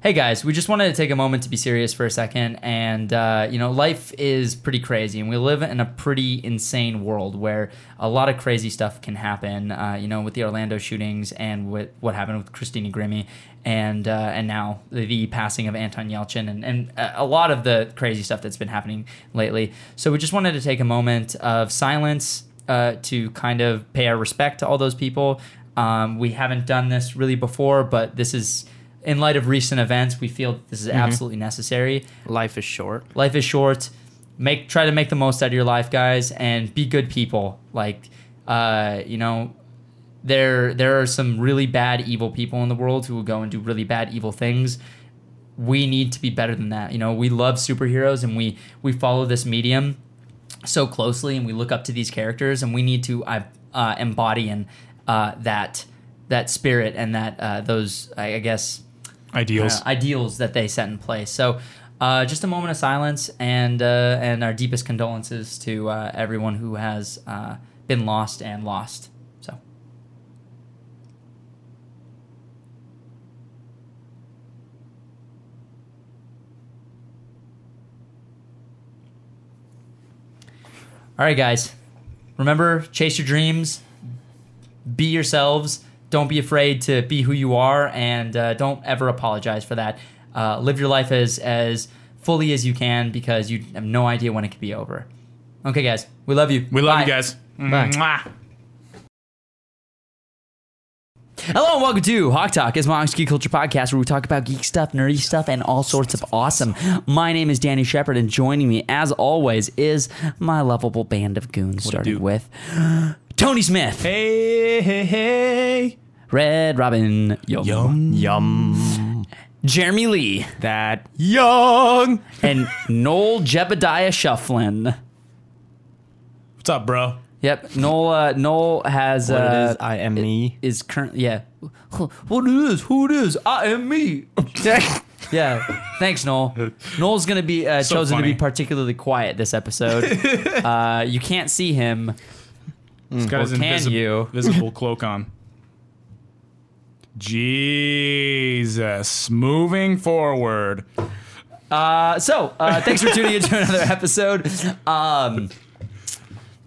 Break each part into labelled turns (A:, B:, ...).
A: Hey guys, we just wanted to take a moment to be serious for a second. And, uh, you know, life is pretty crazy, and we live in a pretty insane world where a lot of crazy stuff can happen, uh, you know, with the Orlando shootings and with what happened with Christina Grimmie and uh, and now the, the passing of Anton Yelchin and, and a lot of the crazy stuff that's been happening lately. So we just wanted to take a moment of silence uh, to kind of pay our respect to all those people. Um, we haven't done this really before, but this is in light of recent events. We feel this is absolutely necessary.
B: Life is short.
A: Life is short. Make try to make the most out of your life, guys, and be good people. Like, uh, you know, there there are some really bad evil people in the world who will go and do really bad evil things we need to be better than that you know we love superheroes and we we follow this medium so closely and we look up to these characters and we need to uh, uh, embody and uh, that that spirit and that uh, those I, I guess
C: Ideals.
A: uh, ideals that they set in place so uh, just a moment of silence and uh, and our deepest condolences to uh, everyone who has uh, been lost and lost so All right, guys. Remember, chase your dreams, be yourselves. Don't be afraid to be who you are, and uh, don't ever apologize for that. Uh, live your life as as fully as you can because you have no idea when it could be over. Okay, guys, we love you.
C: we love you
A: Bye.
C: guys.
B: Bye.
C: Mwah.
A: Hello and welcome to Hawk Talk, is Monk's Geek Culture Podcast, where we talk about geek stuff, nerdy stuff, and all sorts of awesome. My name is Danny Shepard, and joining me, as always, is my lovable band of goons, starting
C: do?
A: with Tony Smith,
C: Hey, hey, hey.
A: Red Robin, Yo,
C: Yum.
B: Yum.
A: Jeremy Lee,
B: That
C: Young.
A: and Noel Jebediah Shufflin.
C: What's up, bro?
A: Yep, Noel. Uh, Noel has
B: what
A: uh,
B: it is, I am me.
A: is currently yeah. What it is? Who it is? I am me. yeah. Thanks, Noel. Noel's gonna be uh,
C: So
A: chosen to
C: funny.
A: be particularly quiet this episode. uh, you can't see him.
C: This guy's
A: Or can
C: invisib-
A: you?
C: Visible cloak on. Jesus. Moving forward.
A: Uh, so uh, thanks for tuning in to another episode. Um,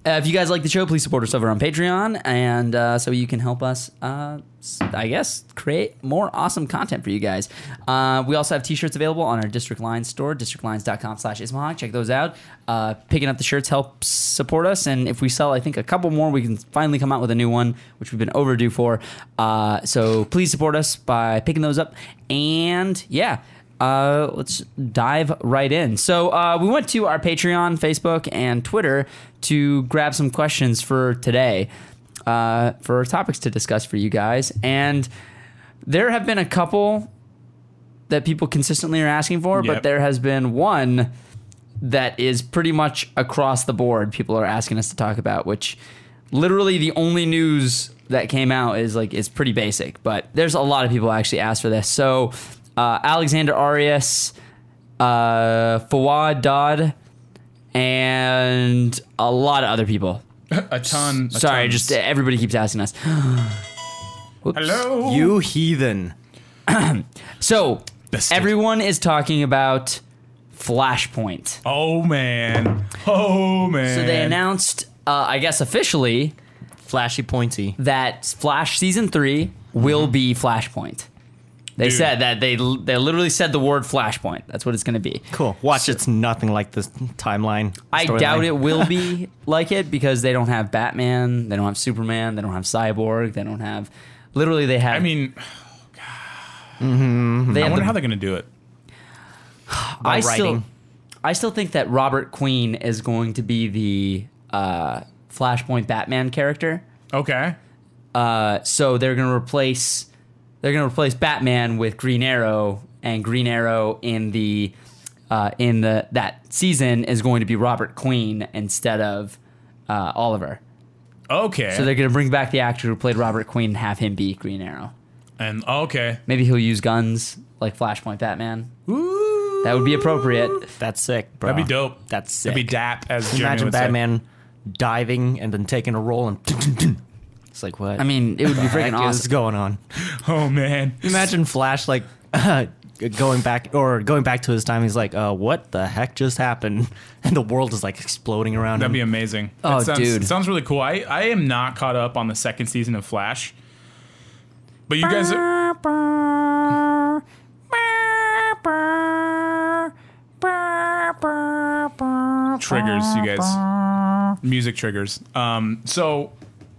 A: uh, if you guys like the show, please support us over on Patreon, and uh, so you can help us, uh, s- I guess, create more awesome content for you guys. Uh, we also have t-shirts available on our District Lines store, districtlines.com slash ismahawk. Check those out. Uh, picking up the shirts helps support us, and if we sell, I think, a couple more, we can finally come out with a new one, which we've been overdue for. Uh, so please support us by picking those up, and yeah uh, let's dive right in. So uh, we went to our Patreon, Facebook, and Twitter to grab some questions for today, uh, for topics to discuss for you guys. And there have been a couple that people consistently are asking for, but
C: Yep.
A: there has been one that is pretty much across the board. People are asking us to talk about, which literally the only news that came out is like it's pretty basic, but there's a lot of people actually asked for this. So uh, Alexander Arias, uh, Fawad Dodd, and a lot of other people.
C: A ton. a
A: Sorry,
C: ton.
A: just everybody keeps asking us. Whoops.
C: Hello.
B: You heathen.
A: So
C: Bested.
A: everyone is talking about Flashpoint.
C: Oh, man. Oh, man.
A: So they announced, uh, I guess officially,
B: Flashy pointy.
A: that Flash season three will be Flashpoint. They
C: Mm-hmm. Dude.
A: said that they they literally said the word Flashpoint. That's what it's going to be.
B: Cool. Watch, it's nothing like this timeline.
A: I
B: storyline.
A: doubt it will be like it because they don't have Batman, they don't have Superman, they don't have Cyborg, they don't have. Literally, they have.
C: I mean,
A: they
C: I
A: have
C: wonder
A: the-
C: how they're going to do it.
A: I still,
B: writing.
A: I still think that Robert Queen is going to be the uh, Flashpoint Batman character.
C: Okay.
A: Uh, so they're gonna replace they're gonna replace Batman with Green Arrow, and Green Arrow in the uh, in the that season is going to be Robert Queen instead of uh, Oliver.
C: Okay.
A: So they're gonna bring back the actor who played Robert Queen and have him be Green Arrow.
C: and okay.
A: Maybe he'll use guns like Flashpoint Batman.
C: Ooh.
A: That would be appropriate.
B: That's sick, bro.
C: That'd be dope.
B: That's sick.
C: That'd be dap as Jeremy
B: Imagine
C: would say.
B: Batman diving and then taking a roll and it's like what?
A: I mean, it would be freaking
B: What's
A: awesome.
B: going on?
C: Oh man.
B: Imagine Flash like going back or going back to his time. He's like, uh, "What the heck just happened?" And the world is like exploding around
C: That'd
B: him.
C: be amazing.
A: Oh,
C: That sounds,
A: dude.
C: sounds really cool. I, I am not caught up on the second season of Flash, but you guys, triggers, you guys, music triggers. Um, so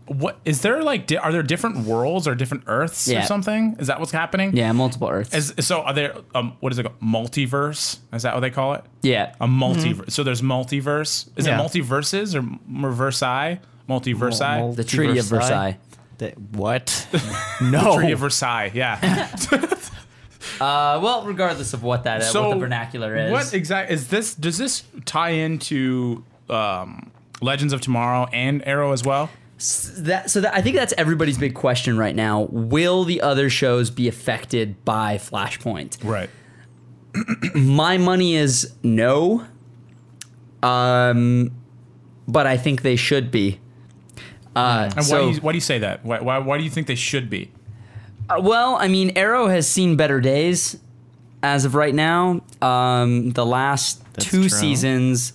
C: what is there like? Di- are there different worlds or different Earths
A: Yeah.
C: or something? Is that what's happening?
A: Yeah, multiple Earths.
C: Is, so are there? Um, what is it called? Multiverse? Is that what they call it?
A: yeah.
C: A multiverse. So there's multiverse. Is
B: Yeah.
C: it multiverses or Versailles? Multiversailles.
B: Mul-
A: the Treaty of
B: Versailles.
A: Versailles.
B: That- what? no.
A: Oh.
C: Treaty of Versailles. Yeah.
A: Uh, well, regardless of what that is,
C: So
A: what the vernacular is.
C: What exactly is this? Does this tie into um, Legends of Tomorrow and Arrow as well?
A: that so that I think that's everybody's big question right now. Will the other shows be affected by Flashpoint?
C: Right.
A: My money is no. Um, but I think they should be. Uh,
C: And
A: so,
C: why, do you, why do you say that? Why, why, why do you think they should be?
A: Uh, well, I mean, Arrow has seen better days as of right now. Um, the last
B: That's
A: two
B: true.
A: seasons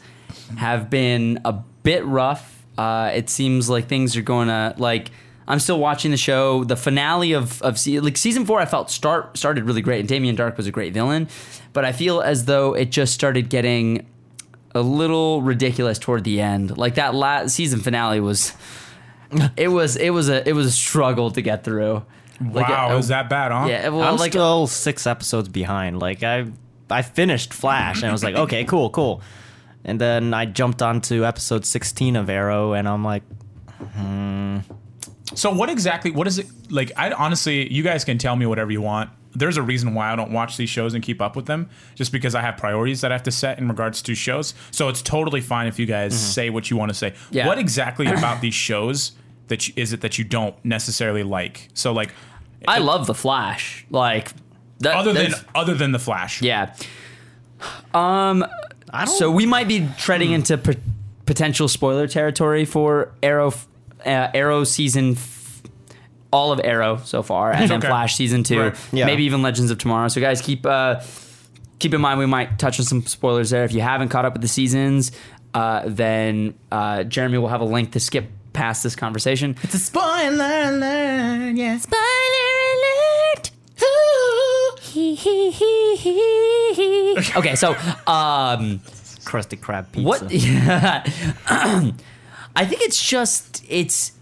A: have been a bit rough. Uh, it seems like things are going to like. I'm still watching the show. The finale of of se- like season four, I felt start started really great, and Damien Dark was a great villain, but I feel as though it just started getting a little ridiculous toward the end. Like that last season finale was. It was it was a it was a struggle to get through. Like,
C: wow,
A: uh,
C: it was that bad, huh?
A: yeah, well,
B: I'm
A: like
B: still six episodes behind. Like I, I finished Flash, and I was like, okay, cool, cool. And then I jumped onto episode 16 of Arrow, and I'm like,
C: So what exactly? What is it like? I honestly, you guys can tell me whatever you want. There's a reason why I don't watch these shows and keep up with them, just because I have priorities that I have to set in regards to shows. So it's totally fine if you guys say what you want to say.
A: Mm-hmm. Yeah.
C: What exactly about these shows that you, is it that you don't necessarily like? So like,
A: I love the Flash. Like that,
C: other than
A: that's-
C: other than the Flash,
A: yeah.
B: I don't.
A: So we might be treading into pot- potential spoiler territory for Arrow, f- uh, Arrow season, f- all of Arrow so far, and then
C: Okay.
A: Flash season two,
C: Right.
B: Yeah.
A: maybe even Legends of Tomorrow. So guys, keep uh, keep in mind we might touch on some spoilers there. If you haven't caught up with the seasons, uh, then uh, Jeremy will have a link to skip past this conversation.
B: it's a spoiler alert. Yes.
D: Spoiler alert! Ooh, hee hee hee hee hee.
A: Okay, so um.
B: Krusty Krab pizza.
A: What? Yeah. I think it's just it's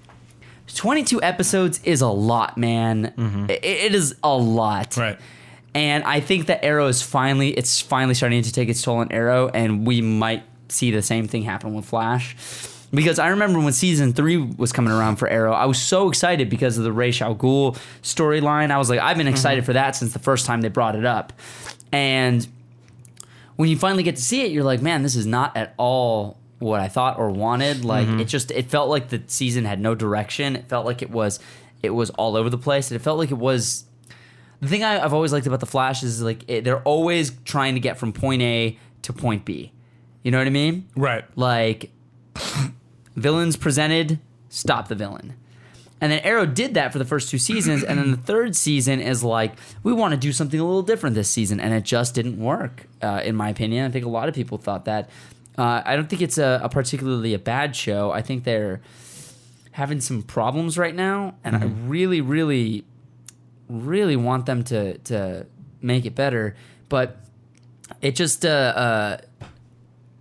A: 22 episodes is a lot, man. I- it is a lot.
C: right?
A: And I think that Arrow is finally it's finally starting to take its toll on Arrow and we might see the same thing happen with Flash. Because I remember when season three was coming around for Arrow, I was so excited because of the Ra's al Ghul storyline. I was like, I've been excited for that since the first time they brought it up. And when you finally get to see it, you're like, man, this is not at all what I thought or wanted. Like it just it felt like the season had no direction. It felt like it was it was all over the place. And it felt like it was the thing I, I've always liked about the Flash is like it, they're always trying to get from point A to point B. You know what I mean?
C: Right.
A: Like villains presented, stop the villain. And then Arrow did that for the first two seasons, and then the third season is like, we want to do something a little different this season, and it just didn't work, uh, in my opinion. I think a lot of people thought that. Uh, I don't think it's a, a particularly a bad show. I think they're having some problems right now, and I really, really, really want them to to make it better. But it just uh, uh,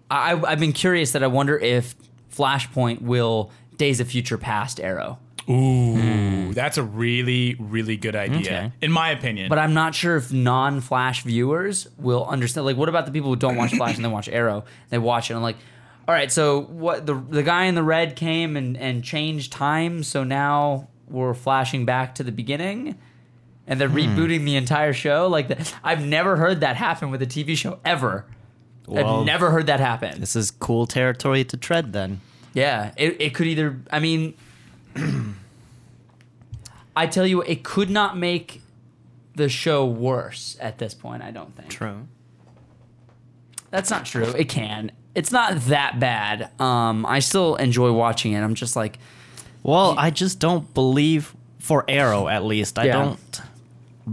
A: I, I've been curious that I wonder if Flashpoint will Days of Future Past Arrow.
C: Ooh, that's a really, really good idea,
B: Okay.
C: in my opinion.
A: But I'm not sure if non-Flash viewers will understand. Like, what about the people who don't watch Flash and they watch Arrow? They watch it and I'm like, all right, so what? The the guy in the red came and and changed time, so now we're flashing back to the beginning, and they're rebooting the entire show. Like, the, I've never heard that happen with a TV show ever.
B: Well-
A: I've never heard that happen.
B: This is cool territory to tread. Then
A: Yeah, it, it could either. I mean, I tell you, what, it could not make the show worse at this point. I don't think
B: true.
A: that's not true. It can. It's not that bad. Um, I still enjoy watching it. I'm just like,
B: Well, I just don't believe for Arrow at least. I
A: Yeah.
B: don't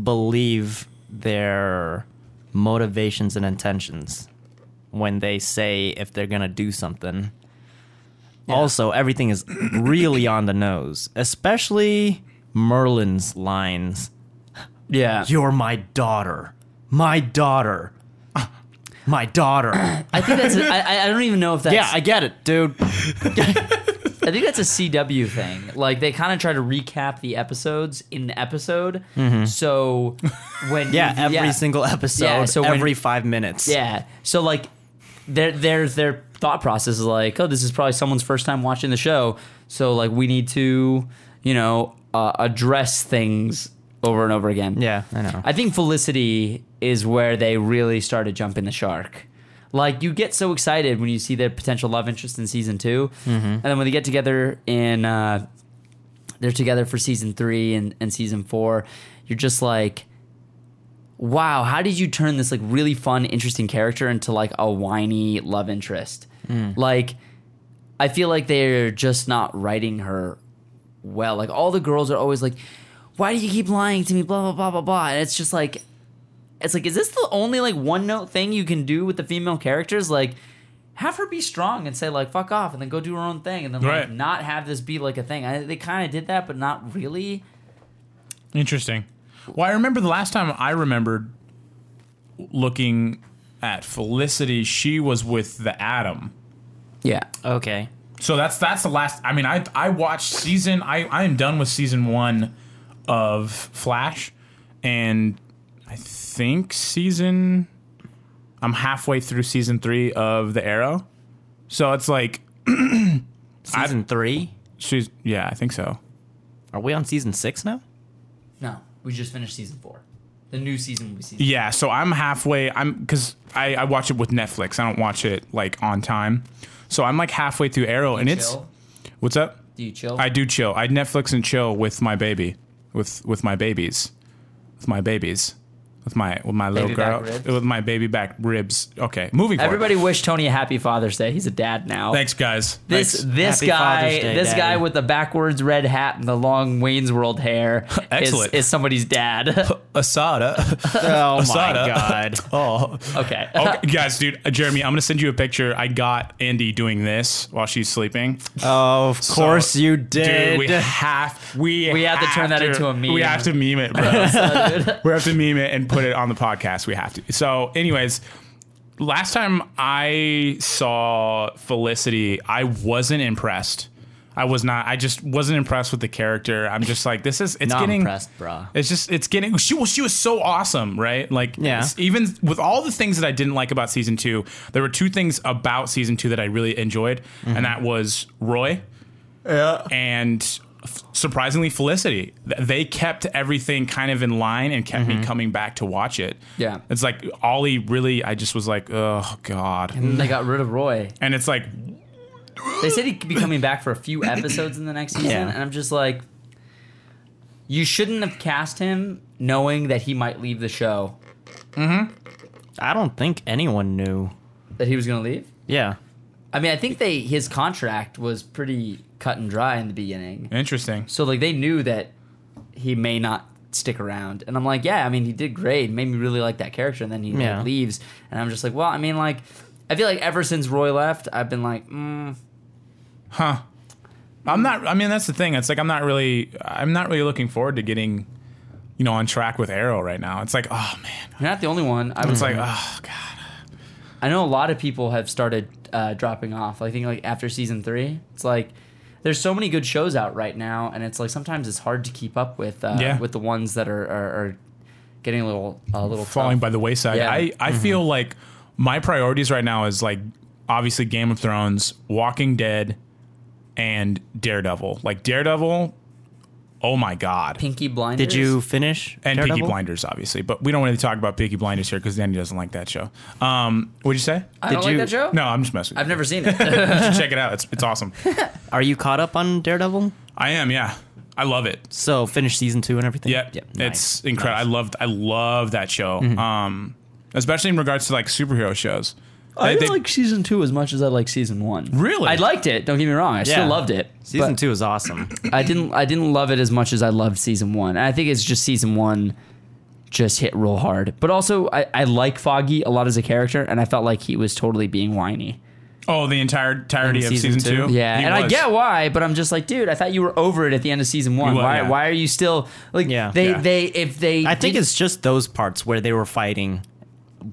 B: believe their motivations and intentions when they say if they're gonna do something. Also, everything is really on the nose, especially Merlin's lines.
A: Yeah.
B: You're my daughter. My daughter. Ah, My daughter.
A: I think that's. I I, I don't even know if that's.
B: yeah, I get it, dude.
A: I think that's a CW thing. Like they kind of try to recap the episodes in the episode. So when
B: Mm-hmm. Yeah, every single episode,
A: Yeah, so when-
B: every five minutes.
A: yeah. So like their their their thought process is like, oh, this is probably someone's first time watching the show. So like we need to you know uh, address things over and over again.
B: Yeah, I know.
A: I think Felicity is where they really started jumping the shark. Like you get so excited when you see their potential love interest in season 2 and then when they get together in, uh, they're together for season three and, and season four. You're just like, wow, how did you turn this like really fun, interesting character into like a whiny love interest? Like, I feel like they're just not writing her well. Like all the girls are always like, "Why do you keep lying to me?" Blah blah blah blah blah. And it's just like, it's like, is this the only like one note thing you can do with the female characters? Like, have her be strong and say like "fuck off" and then go do her own thing, and then like
C: Right.
A: not have this be like a thing. I, they kind of did that, but not really.
C: Interesting. Well, I remember the last time I remembered looking at Felicity, she was with the Atom.
A: Yeah.
B: Okay.
C: So that's that's the last. I mean, I I watched season. I I am done with season one of Flash, and I think season. I'm halfway through season three of The Arrow, so it's like
B: Season three.
C: she's yeah, I think so.
B: Are we on season six now?
A: No, we just finished season four. The new season will be season.
C: Yeah, so I'm halfway. I'm because I, I watch it with Netflix. I don't watch it like on time, so I'm like halfway through Arrow, and it's
A: chill?
C: what's up.
A: Do you chill?
C: I do chill. I Netflix and chill with my baby, with with my babies, with my babies, with my with my little
A: Baby back
C: girl,
A: ribs?
C: with my baby back ribs. Okay, moving forward.
A: Everybody wish Tony a happy Father's Day. He's a dad now.
C: thanks guys.
A: This
C: Thanks.
A: this
B: Happy
A: guy
B: Father's Day,
A: this
B: Daddy.
A: guy with the backwards red hat and the long Wayne's World hair is,
C: Excellent.
A: is somebody's dad.
C: Asada.
B: Oh
C: Asada. oh,
A: okay.
C: okay, guys, dude, uh, Jeremy, I'm gonna send you a picture. I got Andy doing this while she's sleeping.
B: Oh, of course
C: So,
B: you
C: Dude,
B: did.
C: we have we
A: We have to turn
C: have
A: that into a meme.
C: We have to meme it, bro. we have to meme it and put it on the podcast. We have to. So, anyways, last time I saw Felicity, I wasn't impressed. I was not. I just wasn't impressed with the character. I'm just like, this is. It's
B: Not
C: getting
B: impressed, brah.
C: It's just. It's getting. She well, she was so awesome, right? Like,
B: Yeah.
C: s- Even with all the things that I didn't like about season two, there were two things about season two that I really enjoyed, and that was Roy and f- surprisingly felicity Th- they kept everything kind of in line and kept me coming back to watch it
A: Yeah.
C: it's like ollie really i just was like oh god
A: they got rid of Roy.
C: and it's like
A: They said he could be coming back for a few episodes in the next season,
B: Yeah.
A: and I'm just like, you shouldn't have cast him knowing that he might leave the show.
B: I don't think anyone knew.
A: That he was going to leave.
B: Yeah.
A: I mean, I think they his contract was pretty cut and dry in the beginning.
C: interesting
A: So like they knew that he may not stick around, and I'm like, yeah, I mean he did great, made me really like that character, and then he like,
B: Yeah.
A: leaves, and I'm just like, well, I mean like, I feel like ever since Roy left, I've been like, mm,
C: i'm not i mean that's the thing it's like i'm not really i'm not really looking forward to getting you know on track with arrow right now it's like oh man
A: you're not the only one.
B: Mm.
A: I was
C: it's like
A: like,
C: oh god
A: I know a lot of people have started uh, dropping off. I think like after season three, it's like there's so many good shows out right now, and it's like sometimes it's hard to keep up with uh,
C: Yeah.
A: with the ones that are are, are getting a little a little
C: falling
A: tough.
C: by the wayside.
A: Yeah.
C: I, I feel like my priorities right now is like obviously Game of Thrones, Walking Dead, and Daredevil. Like Daredevil, oh my god.
A: Pinky Blinders.
B: Did you finish?
C: and Peaky
B: Daredevil?
C: Blinders, obviously, but we don't really talk about Peaky Blinders here because Danny doesn't like that show. Um, what'd you say?
A: I
B: Did
A: don't
B: you-
A: like that show.
C: no, I'm just messing.
A: I've
C: With
A: never seen it.
C: you. you should check it out. It's it's awesome.
B: Are you caught up on Daredevil?
C: I am, yeah. I love it.
B: So finish season two and everything.
C: Yep.
B: Yep.
C: It's incredible. I loved I love that show.
A: Mm-hmm.
C: Um especially in regards to like superhero shows. They- they-
A: season two as much as I like season one.
C: Really?
A: I liked it. Don't get me wrong. I
B: Yeah.
A: still loved it.
B: Season
A: Season
B: two is awesome.
A: two. I didn't. I didn't love it as much as I loved season one. And I think it's just season one just hit real hard. But also, I, I like Foggy a lot as a character, and I felt like he was totally being whiny.
C: Oh, the entire entirety
B: In
C: of
B: season
C: season, two.
B: two?
A: Yeah,
C: He
A: and I
C: was.
A: get why, but I'm just like, dude, I thought you were over it at the end of season one.
C: were,
A: why?
C: yeah.
A: Why are you still like?
B: Yeah.
A: they
C: Yeah.
A: they if they.
B: I think
A: didn't-
B: it's just those parts where they were fighting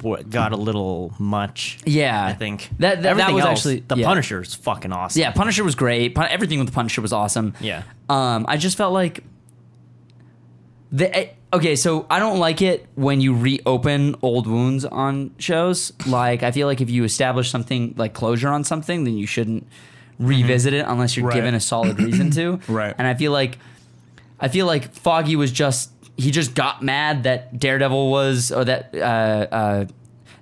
B: what got a little much.
A: yeah.
B: I think
A: that that, that
B: Everything
A: was
B: else,
A: actually
B: the
A: yeah.
B: Punisher is fucking awesome.
A: Yeah, Punisher was great. Pun- everything with the Punisher was awesome.
B: yeah.
A: Um, I just felt like the eh, okay. So I don't like it when you reopen old wounds on shows. Like I feel like if you establish something like closure on something, then you shouldn't revisit it unless you're
C: Right.
A: given a solid reason to.
C: Right.
A: And I feel like I feel like Foggy was just he just got mad that Daredevil was or that uh, uh,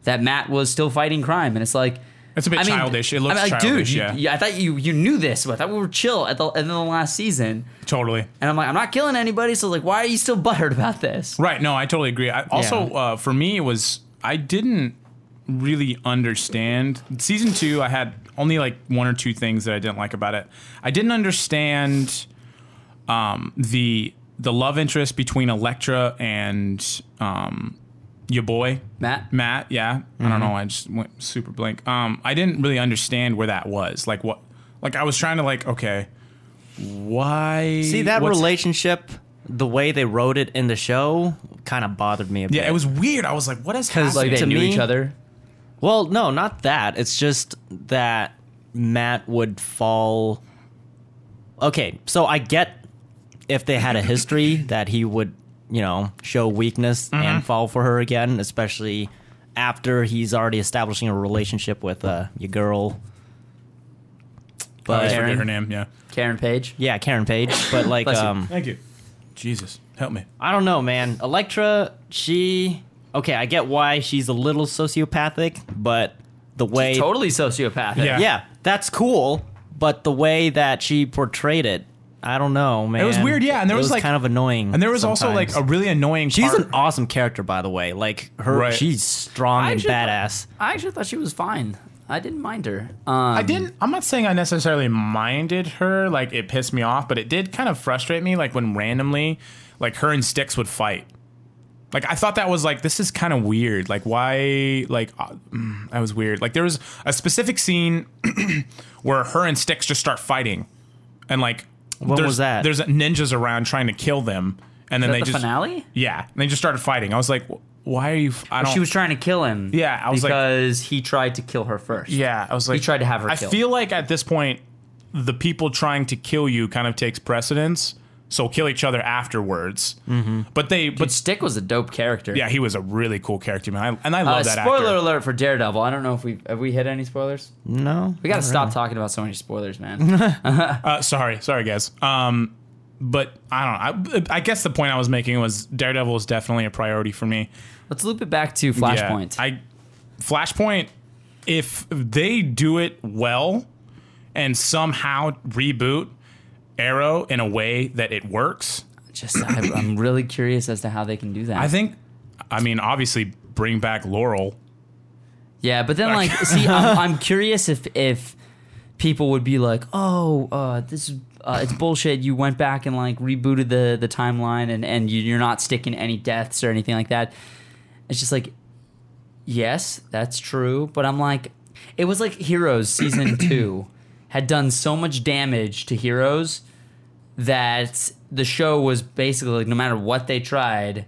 A: that Matt was still fighting crime, and it's like.
C: It's a bit childish. It looks childish,
A: Dude, you-
C: yeah.
A: you- I thought you you knew this. but I thought we were chill at the end of the last season.
C: Totally.
A: And I'm like, I'm not killing anybody. So like, why are you still butthurt about this?
C: Right. No, I totally agree. I, also, uh, for me, it was I didn't really understand season two. I had only like one or two things that I didn't like about it. I didn't understand um, the the love interest between Elektra and um, your boy
A: Matt?
C: Matt. Yeah. I
B: Mm-hmm.
C: don't know. I just went super blank. Um, I didn't really understand where that was. Like what? Like I was trying to like okay. Why
B: See that
C: what's-
B: relationship, the way they wrote it in the show, kind of bothered me a bit.
C: Yeah, it was weird. I was like, "What is
B: 'Cause,
C: happening?"
A: Like they
B: To
A: knew
B: me-
A: each other.
B: Well, no, not that. It's just that Matt would fall. Okay, so I get if they had a history that he would, you know, show weakness
C: Mm-hmm.
B: and fall for her again, especially after he's already establishing a relationship with uh, your girl.
C: I
B: But
C: always forget
A: Karen.
C: her name. Yeah.
A: Karen Page.
B: yeah, Karen Page. But like,
A: Bless you.
B: um,
C: Thank you. Jesus, help me.
B: I don't know, man. Electra, she okay. I get why she's a little sociopathic, but the way
A: Totally sociopathic.
C: Yeah.
B: yeah, that's cool. But the way that she portrayed it, I don't know, man.
C: was weird, yeah, and there
B: It
C: was, like-
B: kind of annoying.
C: And there was also like a
B: sometimes.
C: really annoying.
B: she's
C: part.
B: an awesome character, by the way. Like her,
C: Right.
B: she's strong
A: I
B: and
A: actually-
B: badass.
A: I actually thought she was fine. I didn't mind her. Um,
C: I didn't. I'm not saying I necessarily minded her. Like it pissed me off, but it did kind of frustrate me. Like when randomly, like her and Sticks would fight. Like I thought that was like this is kind of weird. Like why? Like uh, mm, that was weird. Like there was a specific scene where her and Sticks just start fighting, and like
B: When
C: there's,
B: was that?
C: There's ninjas around trying to kill them, and then
A: that
C: they
A: the
C: just
A: finale.
C: yeah, and they just started fighting. I was like, "Wh- why are you? f- I don't.
A: She was trying to kill him.
C: Yeah, I was like-
A: because he tried to kill her first.
C: Yeah, I was like,
A: tried to have her
C: I
A: killed.
C: feel like at this point, the people trying to kill you kind of takes precedence, so kill each other afterwards. Mm-hmm. But they,
A: But
C: but
A: Stick was a dope character.
C: yeah, he was a really cool character, man. I, and I love
A: Uh,
C: that.
A: spoiler
C: actor.
A: alert for Daredevil. I don't know if we have we hit any spoilers.
B: No,
A: We got to stop talking about so many spoilers, man.
C: Uh, sorry, sorry, guys. Um, but I don't. know. I, I guess the point I was making was Daredevil is definitely a priority for me.
A: Let's loop it back to
C: Yeah,
A: Flashpoint.
C: I Flashpoint. If they do it well and somehow reboot Arrow in a way that it works,
A: Just I, I'm really curious as to how they can do that.
C: I think, I mean, obviously, bring back Laurel.
A: Yeah, but then like, see, I'm, I'm curious if if people would be like, oh, uh, this is uh, it's bullshit. You went back and like rebooted the the timeline, and and you, you're not sticking any deaths or anything like that. It's just like, yes, that's true, but I'm like, it was like Heroes season two had done so much damage to Heroes that the show was basically like, no matter what they tried.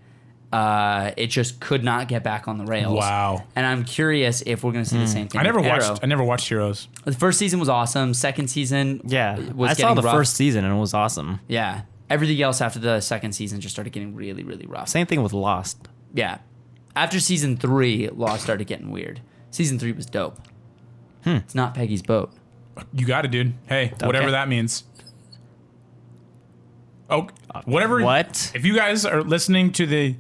A: Uh, it just could not get back on the rails.
C: Wow. Hmm.
A: And I'm curious if we're going to see the same thing.
C: I never
A: with Arrow.
C: watched. I never watched Heroes.
A: The first season was awesome. Second season,
B: yeah,
A: was
B: I saw
A: getting
B: the
A: rough.
B: first season and it was awesome.
A: Yeah, everything else after the second season just started getting really, really rough.
B: Same thing with Lost.
A: Yeah, after season three, Lost started getting weird. Season three was dope.
C: Hmm.
A: It's not Peggy's boat.
C: You got it, dude. Hey, whatever that means. Oh, whatever.
B: What
C: If you guys are listening to the,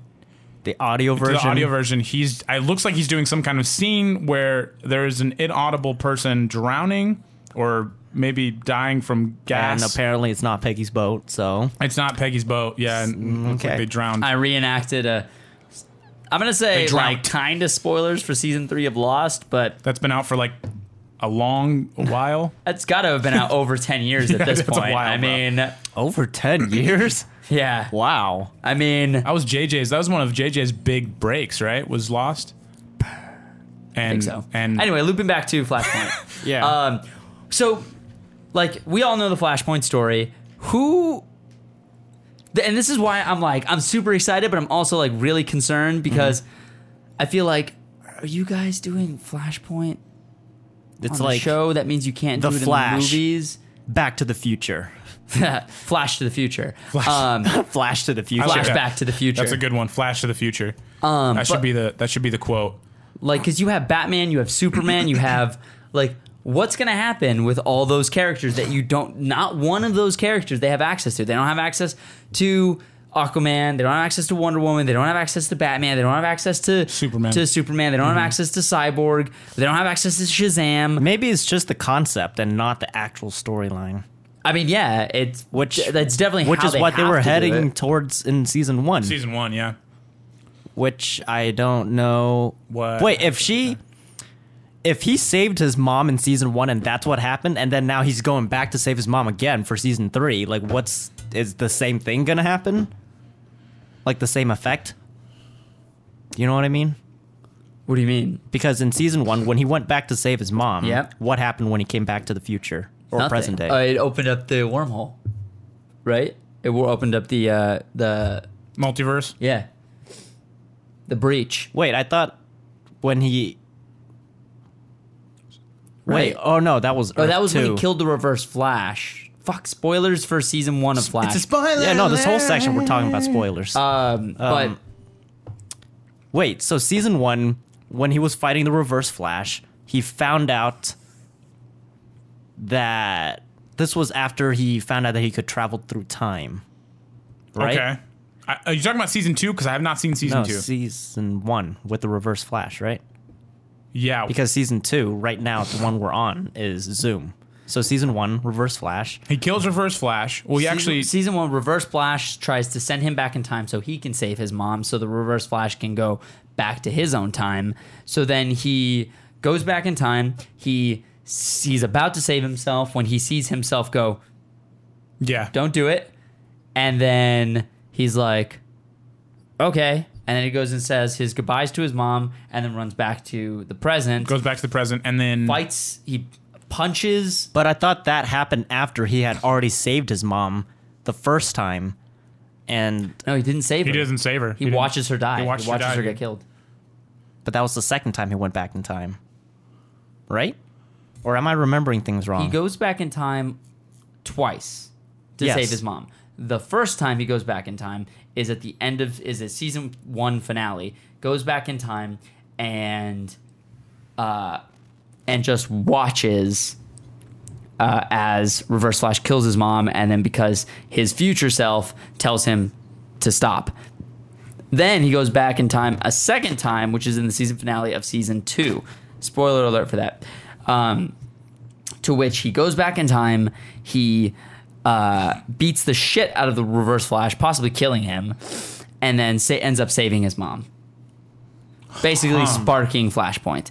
B: the audio
C: to
B: version?
C: the audio version, he's. It looks like he's doing some kind of scene where there is an inaudible person drowning or maybe dying from
B: and
C: gas.
B: apparently it's not Peggy's boat. So
C: it's not Peggy's boat. Yeah, and it looks
B: Mm,
C: like
B: okay.
C: they drowned.
A: I reenacted a. I'm gonna say
C: drowned.
A: like kind of spoilers for season three of Lost, but
C: That's been out for like a long while.
A: That's got to have been out over 10 years at this
C: that's a
A: point.
C: while,
A: I
C: bro.
A: mean,
B: Over 10 years?
A: yeah.
B: Wow.
A: I mean,
C: That was JJ's. That was one of JJ's big breaks, right? Was Lost.
A: think
C: And
A: so.
C: and
A: anyway, looping back to Flashpoint.
B: Yeah.
A: um, so, like, we all know the Flashpoint story. Who? th- And this is why I'm like I'm super excited, but I'm also like really concerned because I feel like are you guys doing Flashpoint
B: it's
A: on
B: like
A: the show? That means you can't
B: The
A: do it in the
B: Flash.
A: movies.
B: Back to the Future.
A: Flash to the future. Um,
B: Flash to the Future.
A: Flash
C: that.
A: back to the future.
C: that's a good one. Flash to the future. Um, that should
A: but-
C: be the that should be the quote.
A: like because you have batman you have superman you have like what's gonna happen with all those characters that you don't not one of those characters they have access to they don't have access to aquaman they don't have access to wonder woman they don't have access to batman they don't have access to
C: Superman.
A: to superman they don't
B: Mm-hmm.
A: have access to cyborg they don't have access to shazam
B: Maybe it's just the concept and not the actual storyline.
A: i mean yeah it's
B: Which
A: that's definitely
B: which
A: how
B: is what they
A: have
B: were
A: to do
B: heading
A: it.
B: towards in season one.
C: Season one, yeah.
B: which I don't know.
C: What?
B: Wait, if she, if he saved his mom in season one, and that's what happened, and then now he's going back to save his mom again for season three. Like, what's is the same thing gonna happen? Like the same effect? You know what I mean?
A: what do you mean
B: Because in season one, when he went back to save his mom,
A: Yep.
B: what happened when he came back to the future or
A: Nothing.
B: present day?
A: Uh, it opened up the wormhole right it wo- opened up the uh the
C: Multiverse.
A: Yeah. The breach.
B: Wait, I thought when he.
A: Right.
B: Wait, oh no, that was
A: Oh, that was when he
B: Earth two.
A: killed the Reverse Flash. Fuck spoilers for season one of Flash.
B: spoiler. Yeah, no, this whole section we're talking about spoilers.
A: um, but
B: Um, Wait, so season one, when he was fighting the Reverse Flash, he found out that this was after he found out that he could travel through time, right?
C: Okay. I, are you talking about season two? Because I have not seen season
B: No,
C: two.
B: season one with the Reverse Flash, right?
C: yeah.
B: Because season two, right now, the one we're on is Zoom. So season one, Reverse Flash.
C: he kills Reverse Flash. Well, he
A: season-
C: actually
A: season one Reverse Flash tries to send him back in time so he can save his mom, so the Reverse Flash can go back to his own time. So then he goes back in time. He s- he's about to save himself when he sees himself go.
C: yeah.
A: don't do it. And then he's like, okay. And then he goes and says his goodbyes to his mom and then runs back to the present.
C: goes back to the present and then
A: Bites, he punches.
B: But I thought that happened after he had already saved his mom the first time, and
A: No, he didn't save
C: he
A: her.
C: doesn't save her.
A: He,
C: didn't-
A: watches her die. He,
C: watched her
A: watches
C: die.
A: her get killed.
B: But that was the second time he went back in time. Right? Or am I remembering things wrong?
A: He goes back in time twice to
B: Yes.
A: save his mom. The first time he goes back in time is at the end of is a season one finale. Goes back in time and uh and just watches uh, as Reverse Flash kills his mom, and then because his future self tells him to stop. Then he goes back in time a second time, which is in the season finale of season two. Spoiler alert for that. Um, to which he goes back in time. He uh, beats the shit out of the Reverse Flash, possibly killing him, and then sa- ends up saving his mom. Basically, sparking Flashpoint.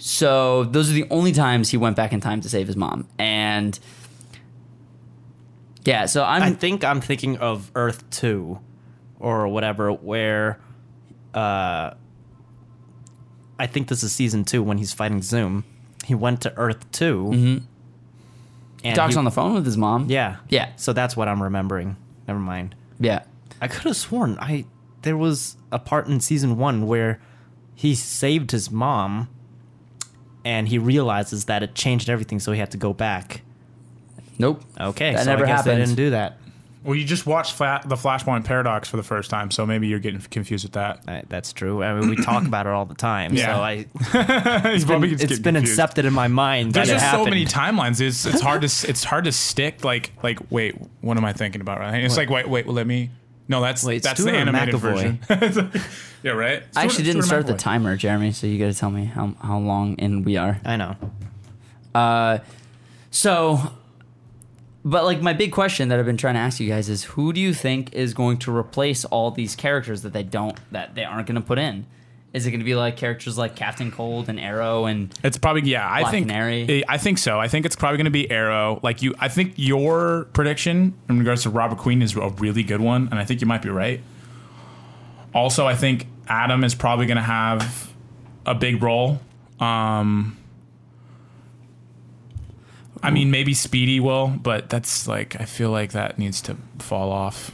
A: So those are the only times he went back in time to save his mom, and yeah. So I'm
B: I think I'm thinking of Earth 2 or whatever, where uh, I think this is season 2 when he's fighting Zoom. He went to Earth 2. Mm-hmm. And
A: talks
B: he-
A: on the phone with his mom.
B: Yeah.
A: Yeah.
B: So that's what I'm remembering. Never mind.
A: Yeah.
B: I could have sworn I there was a part in season one where he saved his mom, and he realizes that it changed everything, so he had to go back.
A: Nope.
B: Okay,
A: That
B: so
A: never
B: I guess
A: happened.
B: They didn't do that.
C: Well, you just watched Fla- the Flashpoint Paradox for the first time, so maybe you're getting confused with that.
B: Uh, that's true. I mean, we talk about it all the time.
C: Yeah.
B: So I,
C: It's probably just
B: it's
C: getting
B: been
C: confused.
B: incepted in my mind.
C: There's
B: that it
C: just so
B: happened.
C: many timelines. It's it's hard to s- it's hard to stick. Like like wait, what am I thinking about? Right? It's like wait wait, well, let me. No, that's
B: Wait, it's
C: that's the
B: Stuart
C: animated
B: McAvoy.
C: version. yeah, right.
A: I actually didn't start the
C: time.
A: timer, Jeremy, so you got to tell me how, how long in we are.
B: I know.
A: Uh, so, but like my big question that I've been trying to ask you guys is who do you think is going to replace all these characters that they don't, that they aren't going to put in? Is it going to be like characters like Captain Cold and Arrow and
C: It's probably yeah. I
A: Black
C: think eh,
A: Canary.
C: I think so. I think it's probably going to be Arrow. Like you, I think your prediction in regards to Robert Queen is a really good one, and I think you might be right. Also, I think Adam is probably going to have a big role. Um, I mean, maybe Speedy will, but that's like I feel like that needs to fall off.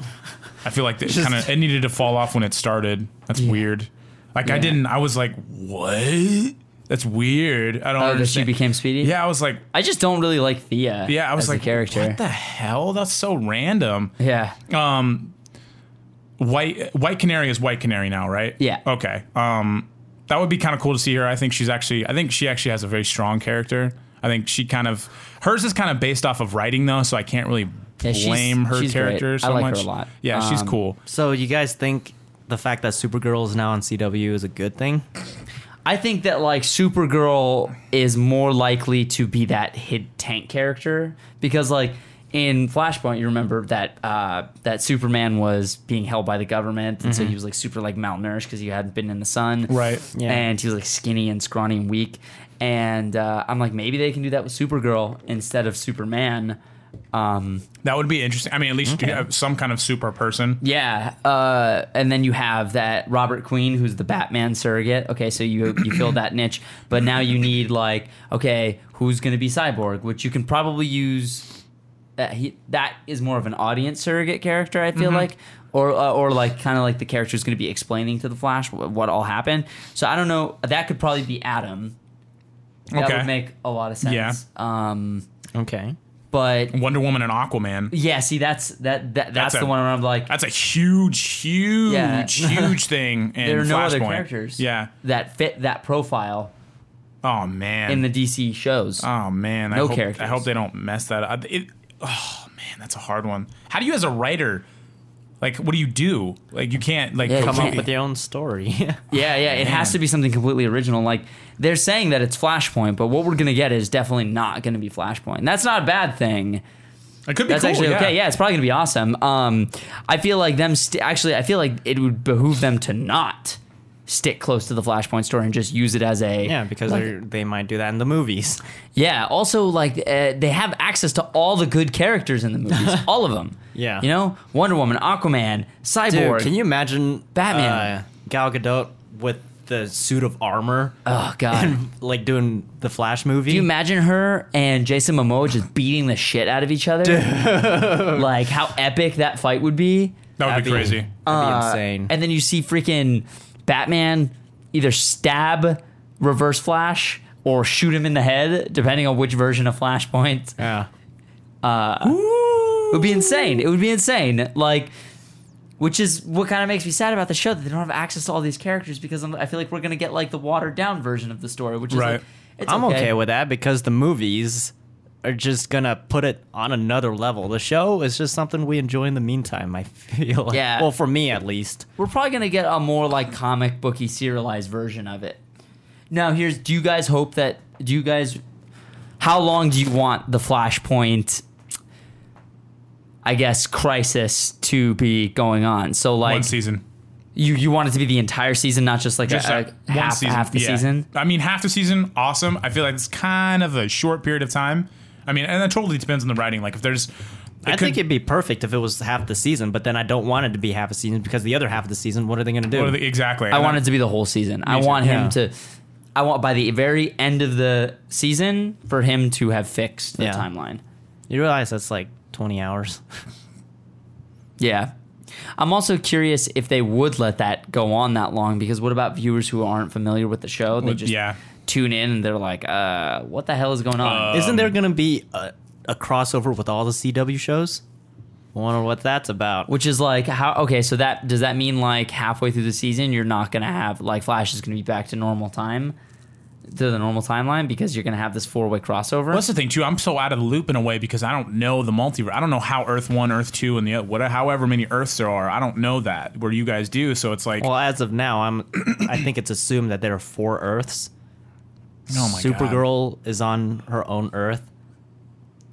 C: I feel like it
B: Just-
C: kind of it needed to fall off when it started. That's weird. Like I
A: Yeah.
C: didn't. I was like, what? That's weird. I don't
A: Oh, that she
C: understand.
A: became Speedy?
C: yeah, I was like,
A: I just don't really like Thea.
C: yeah, I was
A: as
C: like,
A: a character.
C: What the hell? That's so random.
A: yeah,
C: White White Canary is White Canary now, right?
A: Yeah.
C: Okay. Um, that would be kind of cool to see her. I think she's actually. I think she actually has a very strong character. I think she kind of hers is kind of based off of writing though, so I can't really
A: Yeah, she's-
C: blame her
A: she's great.
C: character
A: I
C: so
A: like her
C: much.
A: a lot.
C: Yeah, she's
A: Um,
C: cool.
B: So you guys think the fact that Supergirl is now on CW is a good thing?
A: I think that like Supergirl is more likely to be that hid tank character because like in Flashpoint, you remember that uh, that Superman was being held by the government, and so he was like super like malnourished because he hadn't been in the sun,
C: Right.
B: Yeah.
A: And he was like skinny and scrawny and weak. And uh, I'm like, maybe they can do that with Supergirl instead of Superman. Um,
C: That would be interesting. I mean, at least you have some kind of super person.
A: yeah, uh, and then you have that Robert Queen, who's the Batman surrogate. Okay, so you you filled that niche, but now you need like okay, who's going to be Cyborg? Which you can probably use. Uh, he, that is more of an audience surrogate character, I
C: Mm-hmm.
A: feel like, or uh, or like kind of like the character who's going to be explaining to the Flash what, what all happened. So I don't know. That could probably be Adam. That
C: Okay.
A: would make a lot of sense.
C: Yeah.
A: Um,
B: Okay.
A: but
C: Wonder Woman and Aquaman.
A: yeah, see, that's that, that that's,
C: That's
A: the
C: a-
A: one where I'm like,
C: That's a huge, huge,
A: Yeah.
C: huge thing. In
A: there are no
C: Flashpoint.
A: other characters
C: Yeah.
A: that fit that profile
C: Oh man.
A: in the DC shows.
C: Oh man, I
A: No
C: hope,
A: characters.
C: I hope they don't mess that up. It, oh man, that's a hard one. How do you, as a writer, like what do you do? Like you can't like
A: Yeah, you
C: come
B: Come up
A: can't-
B: with your own story.
A: yeah, yeah, it has to be something completely original. Like they're saying that it's Flashpoint, but what we're gonna get is definitely not gonna be Flashpoint. And That's not a bad thing.
C: up. It could be
A: That's
C: cool,
A: actually
C: yeah.
A: okay. Yeah, it's probably gonna be awesome. Um, I feel like them. St- actually, I feel like it would behoove them to not stick close to the Flashpoint story and just use it as a
B: yeah, because
A: like,
B: they're they might do that in the movies.
A: Yeah. Also, like uh, they have access to all the good characters in the movies, all of them.
B: Yeah.
A: You know, Wonder Woman, Aquaman, Cyborg.
B: Dude, can you imagine
A: Batman.
B: uh, Gal Gadot with the suit of armor,
A: Oh God.
B: and, like doing the Flash movie?
A: Can you imagine her and Jason Momoa just beating the shit out of each other? Like how epic that fight would be.
C: that would
B: That'd
C: be crazy.
B: That'd be
A: Uh,
B: insane.
A: And then you see freaking Batman either stab Reverse Flash or shoot him in the head, depending on which version of Flashpoint.
B: yeah.
A: Uh, It would be insane. It would be insane. Like, which is what kind of makes me sad about the show that they don't have access to all these characters because I'm, I feel like we're gonna get like the watered down version of the story, which is
C: Right.
A: like, it's
B: I'm okay. with that because the movies are just gonna put it on another level. The show is just something we enjoy in the meantime. I feel. Like.
A: Yeah.
B: Well, for me at least.
A: We're probably gonna get a more like comic booky serialized version of it. Now, here's do you guys hope that do you guys how long do you want the Flashpoint? I guess crisis to be going on. So
C: One
A: like
C: season,
A: you you want it to be the entire season, not just like
C: just
A: a,
C: like
A: a
C: one
A: half
C: season,
A: half the
C: Yeah.
A: season.
C: I mean, half the season, awesome. I feel like it's kind of a short period of time. I mean, and that totally depends on the writing. Like if there's, it
B: I
C: could-
B: think it'd be perfect if it was half the season, but then I don't want it to be half a season because the other half of the season, what are they going to do?
C: what are the- exactly.
A: I want it to be the whole season. I
C: too.
A: want him
B: Yeah.
A: to. I want by the very end of the season for him to have fixed the
B: Yeah.
A: timeline.
B: you realize that's like 20 hours.
A: Yeah. I'm also curious if they would let that go on that long because what about viewers who aren't familiar with the show? They
C: Would-
A: just
C: yeah.
A: tune in and they're like, uh, what the hell is going on?
B: Isn't there going to be a, a crossover with all the CW shows? I wonder what that's about.
A: Which is like how okay, so that does that mean like halfway through the season you're not gonna have like Flash is gonna be back to normal time to the normal timeline because you're gonna have this four way crossover?
C: Well, that's the thing too. I'm so out of the loop in a way because I don't know the multiverse. I don't know how Earth One, Earth Two, and the other, whatever, however many Earths there are. I don't know that where you guys do. So it's like,
B: Well, as of now, I'm. I think it's assumed that there are four Earths.
C: oh my God.
B: Supergirl is on her own Earth.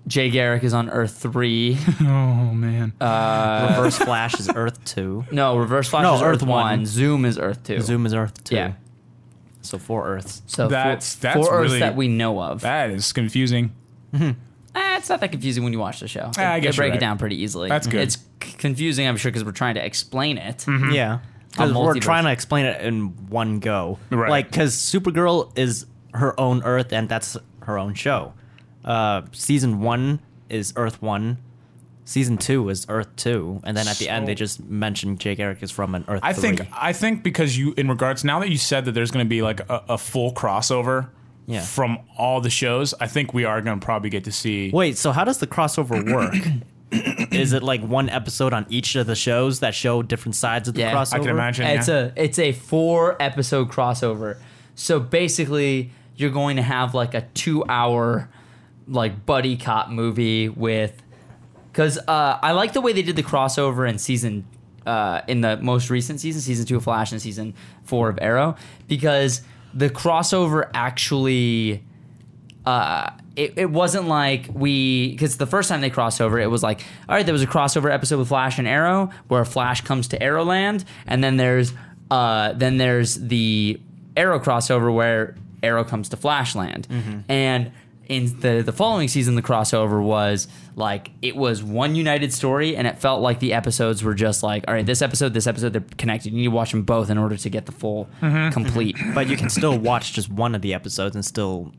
A: Jay Garrick is on Earth three.
C: Oh man. Uh,
B: Reverse Flash is Earth two.
A: no, Reverse Flash
B: No,
A: is Earth,
B: Earth
A: one.
B: one.
A: Zoom is Earth two.
B: Zoom is Earth two.
A: Yeah.
B: So four Earths.
A: So
C: That's-
A: four,
C: that's
A: four Earths
C: really-
A: that we know of.
C: That is confusing.
A: Eh, it's not that confusing when you watch the show.
C: Eh, I
A: They-
C: guess
A: they break
C: you're
A: it
C: right.
A: down pretty easily.
C: That's good. Mm-hmm.
A: It's c- confusing, I'm sure, because we're trying to explain it.
B: Yeah. Because
A: A
B: we're
A: multiverse.
B: trying to explain it in one go.
C: Right.
B: Like, because Supergirl is her own Earth and that's her own show. Uh, season one is Earth One. Season two is Earth Two. And then at the end, they
C: So-
B: just mention Jake Eric is from an Earth
C: I
B: Three.
C: think I think because you in regards now that you said that there's going to be like a, a full crossover
B: Yeah.
C: from all the shows, I think we are going to probably get to see.
B: Wait, so how does the crossover work? is it like one episode on each of the shows that show different sides of the
A: Yeah. I
B: crossover?
A: can
C: I can imagine.
A: It's
C: yeah.
A: a it's a four episode crossover. So basically, you're going to have like a two hour like buddy cop movie with because uh, I like the way they did the crossover in season uh, in the most recent season, season two of Flash and season four of Arrow, because the crossover actually uh, it, it wasn't like we because the first time they crossed over it was like all right there was a crossover episode with flash and arrow where flash comes to arrowland and then there's uh then there's the arrow crossover where arrow comes to flashland and in the the following season the crossover was like it was one united story and it felt like the episodes were just like all right this episode this episode they're connected you need to watch them both in order to get the full complete
B: but you can still watch just one of the episodes and still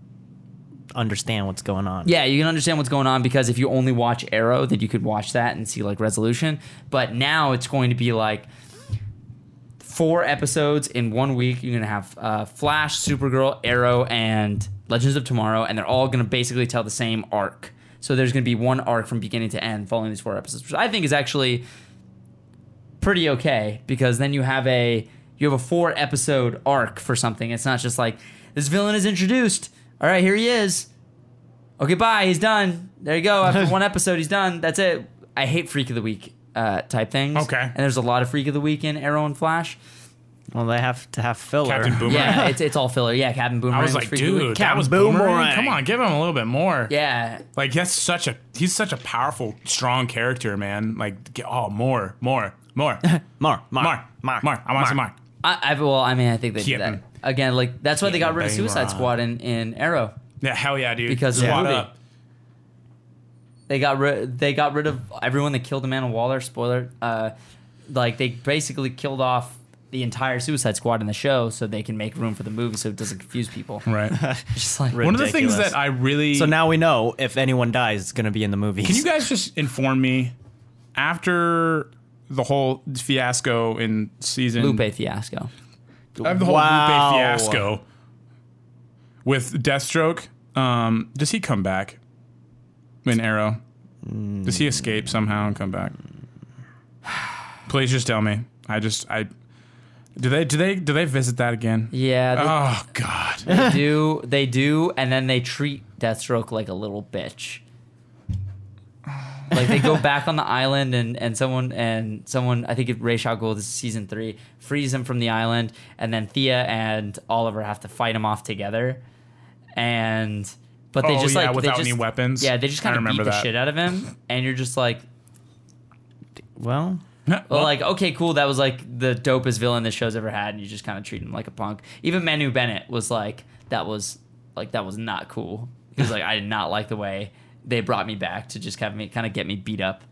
B: understand what's going on.
A: Yeah, you can understand what's going on because if you only watch Arrow, then you could watch that and see like resolution. But now it's going to be like four episodes in one week. You're gonna have uh, Flash, Supergirl, Arrow, and Legends of Tomorrow, and they're all gonna basically tell the same arc. So there's gonna be one arc from beginning to end following these four episodes, which I think is actually pretty okay because then you have a you have a four episode arc for something. It's not just like this villain is introduced. All right, here he is. Okay, bye. He's done. There you go. After one episode, he's done. That's it. I hate Freak of the Week uh, type things.
C: Okay.
A: And there's a lot of Freak of the Week in Arrow and Flash.
B: Well, they have to have filler.
C: Captain Boomerang.
A: Yeah, it's, it's all filler. Yeah, Captain Boomerang.
C: I was like,
A: Freak of the Week.
C: dude, that
B: Captain
C: was boomerang.
B: Boomerang.
C: Come on, give him a little bit more.
A: Yeah,
C: Like that's such a he's such a powerful, strong character, man. Like get- oh, more, more, more,
B: Mar, Mar,
C: more, more. I want some more.
A: I, I well, I mean, I think they did
C: Captain.
A: that again. Like that's why they got rid of
C: Captain
A: Suicide
C: Boomerang.
A: Squad in, in Arrow.
C: Yeah, hell yeah, dude.
A: Because of the
C: Squad
A: movie.
C: up.
A: They got rid. They got rid of everyone that killed Amanda Waller. Spoiler. Uh, like they basically killed off the entire Suicide Squad in the show, so they can make room for the movie, so it doesn't confuse people.
C: Right.
A: Just like
B: Right.
C: One of the things
B: Ridiculous.
C: that I really
B: So now we know if anyone dies, it's going to be in the movies.
C: Can you guys just inform me after the whole fiasco in season
A: Lupe fiasco.
C: of the whole
B: Wow.
C: Lupe fiasco with Deathstroke? Um, does he come back in Arrow? Does he escape somehow and come back? Please just tell me. I just I do they do they do they visit that again?
A: Yeah, they
C: Oh God!
A: do. They do, and then they treat Deathstroke like a little bitch. Like they go back on the island, and and someone and someone I think it Ray Gould this is season three frees him from the island, and then Thea and Oliver have to fight him off together, and but they
C: Oh,
A: just
C: yeah,
A: like
C: without
A: they just,
C: any weapons.
A: Yeah, they just
C: I
A: kind of beat
C: remember
A: the
C: that.
A: shit out of him, and you're just like,
B: Well,
A: Well, like, okay, cool. That was like the dopest villain this show's ever had, and you just kind of treat him like a punk. Even Manu Bennett was like, that was like that was not cool. He was like, I did not like the way they brought me back to just have me kind of get me beat up.